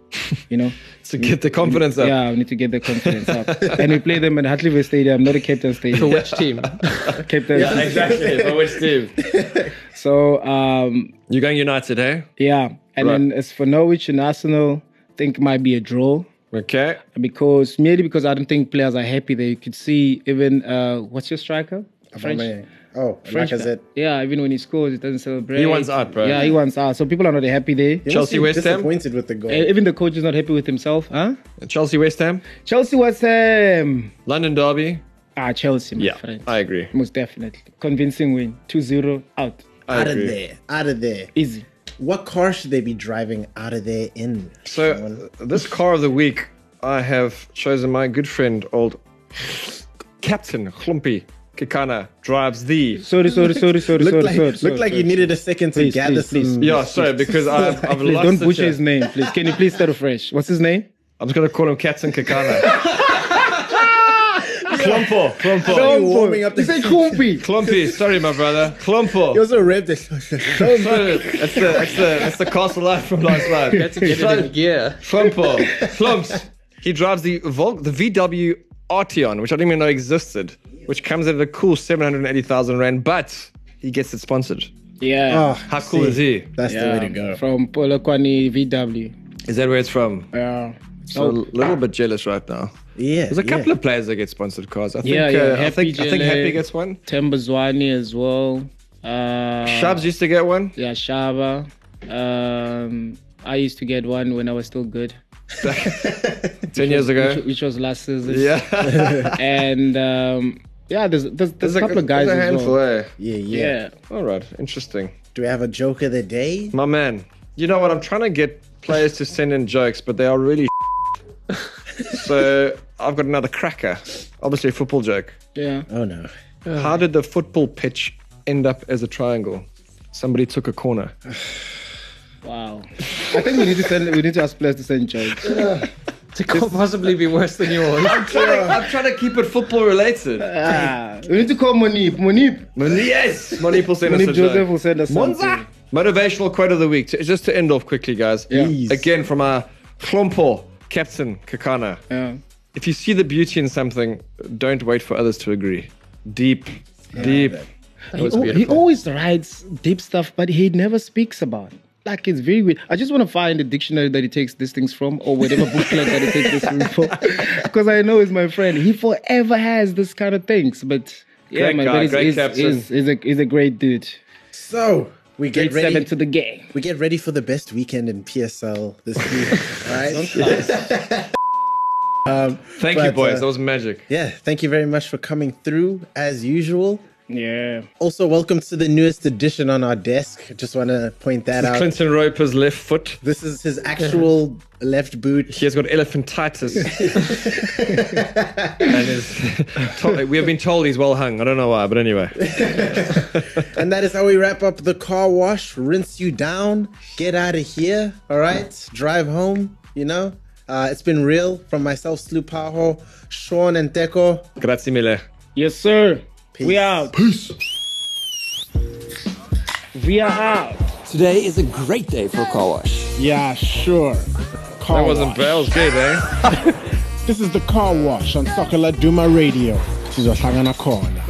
S2: You know,
S3: to get the confidence up.
S2: yeah, we need to get their confidence up, and we play them at Hartley Stadium, not a Captain
S4: For
S2: Stadium.
S4: which
S2: (laughs)
S4: team?
S2: Captain.
S10: Yeah, exactly. For which team?
S2: So um,
S3: You're going United, eh?
S2: yeah, and then as for Norwich and Arsenal, I think it might be a draw.
S3: Okay.
S2: because merely because I don't think players are happy there. You could see even uh, what's your striker?
S1: Aubameyang. Oh,
S2: French guy.
S1: Lacazette.
S2: Yeah, even when he scores, he doesn't celebrate.
S3: He wants out, bro.
S2: Yeah, he wants out. So people are not happy there.
S1: He
S3: Chelsea,
S1: seemed
S3: West Ham?
S1: Disappointed with the goal.
S2: Uh, Even the coach is not happy with himself, huh?
S3: Chelsea, West Ham,
S2: Chelsea West Ham.
S3: London derby.
S2: Ah, Chelsea, my friend.
S3: I agree.
S2: Most definitely. Convincing win. 2-0 out.
S3: I
S1: out of
S3: agree.
S1: there, out of there.
S2: Easy.
S1: What car should they be driving out of there in?
S3: So uh, this car of the week, I have chosen my good friend, old Captain Klumpy Kikana drives the.
S2: Sorry, sorry, sorry, sorry,
S1: Looked
S2: sorry,
S1: like,
S2: sorry,
S1: looked
S2: sorry,
S1: like you
S2: sorry.
S1: needed a second to
S2: Please,
S1: gather
S2: please, please.
S1: some.
S3: Yeah, sorry, because I've, I've
S2: Please
S3: lost
S2: don't
S3: the
S2: butcher
S3: chat.
S2: his name, please. Can you please start afresh? What's his name?
S3: I'm just gonna call him Captain Kikana. Klumpo, Klumpo,
S1: You're warming up the
S2: He said Kumpi.
S3: Klumpy. Sorry, my brother.
S1: You
S3: Klumpo.
S1: also ripped (laughs) it.
S3: Sorry, that's the that's the that's the castle life from last night.
S4: Let's get it in gear.
S3: Klumpo, Klumps. He drives the Vol- the VW Arteon, which I didn't even know existed, which comes at a cool 780,000 rand, but he gets it sponsored.
S2: Yeah.
S1: Oh,
S3: How cool is he?
S1: That's the way to
S3: Ah.
S1: go.
S2: From Polokwane VW.
S3: Is that where it's from?
S2: Yeah. Oh,
S3: So a little bit jealous right now.
S1: Yeah.
S3: There's a couple
S1: yeah.
S3: of players that get sponsored cars. I think,
S2: Yeah, yeah,
S3: uh, I,
S2: Happy
S3: think I think
S2: Jelle.
S3: Happy gets one.
S2: Tembazwani as well. Uh,
S3: Shabs used to get one.
S2: Yeah, Shaba. Um, I used to get one when I was still good,
S3: 10 years ago.
S2: which, which was last season.
S3: Yeah.
S2: And um, yeah, there's there's, there's, a couple of guys
S3: (laughs) there's a
S2: as
S3: handful,
S2: well.
S3: eh?
S1: (laughs) Yeah, yeah,
S2: Yeah.
S3: All right, interesting.
S1: Do we have a joke of the day?
S3: My man, you know what? I'm trying to get players to send in jokes, but they are really. (laughs) so I've got another cracker. Obviously, a football joke.
S2: Yeah.
S1: Oh no.
S3: How did the football pitch end up as a triangle? Somebody took a corner.
S2: Wow. I think we need to send we need to ask players to send jokes.
S4: It could possibly be worse than yours.
S3: I'm trying to keep it football related.
S2: Ah, we need to call Monip. Monip.
S3: yes, Money will send us a
S2: Monip Joseph
S3: joke.
S2: will send us something.
S3: Motivational quote of the week. to- just to end off quickly, guys.
S1: Please.
S3: Again from our Klompo captain Kakana.
S2: Yeah.
S3: if you see the beauty in something, don't wait for others to agree. Deep, deep.
S2: He, al- he
S4: beautiful.
S2: always writes deep stuff, but he never speaks about it. Like it's very weird. I just want to find a dictionary that he takes these things from, or whatever (laughs) booklet that he takes this thing (laughs) from, because I know he's my friend. He forever has this kind of things. But yeah,
S3: Great
S2: man,
S3: guy,
S2: but he's,
S3: great
S2: he's,
S3: captain.
S2: he's- he's a he's a great dude.
S1: So we get
S2: Great seven
S1: ready.
S2: to the game.
S1: we get ready for the best weekend in PSL this week. All right. um,
S3: Thank you,
S1: But,
S3: boys.
S1: uh,
S3: that was magic.
S1: yeah. Thank you very much for coming through as usual.
S2: Yeah,
S1: Also, welcome to the newest edition on our desk. Just want to point that
S3: This is
S1: out.
S3: Clinton Roper's left foot.
S1: This is his actual left boot.
S3: He has got
S1: (laughs)
S3: elephantitis. and is (laughs) to- we have been told he's well hung. I don't know why, but anyway.
S1: And that is how we wrap up the car wash. Rinse you down. Get out of here. All right. Drive home. You know, uh, it's been real from myself, Slu Pajo, Sean, and Teko.
S3: Grazie mille.
S2: yes, sir. We
S1: Peace.
S2: out. Peace. We are out.
S5: Today is a great day for a car wash.
S6: Yeah, sure. Car
S3: That wasn't
S6: wash.
S3: bad. That was good, eh?
S6: This is the car wash on Sokala Duma Radio. This is a hang on a corner.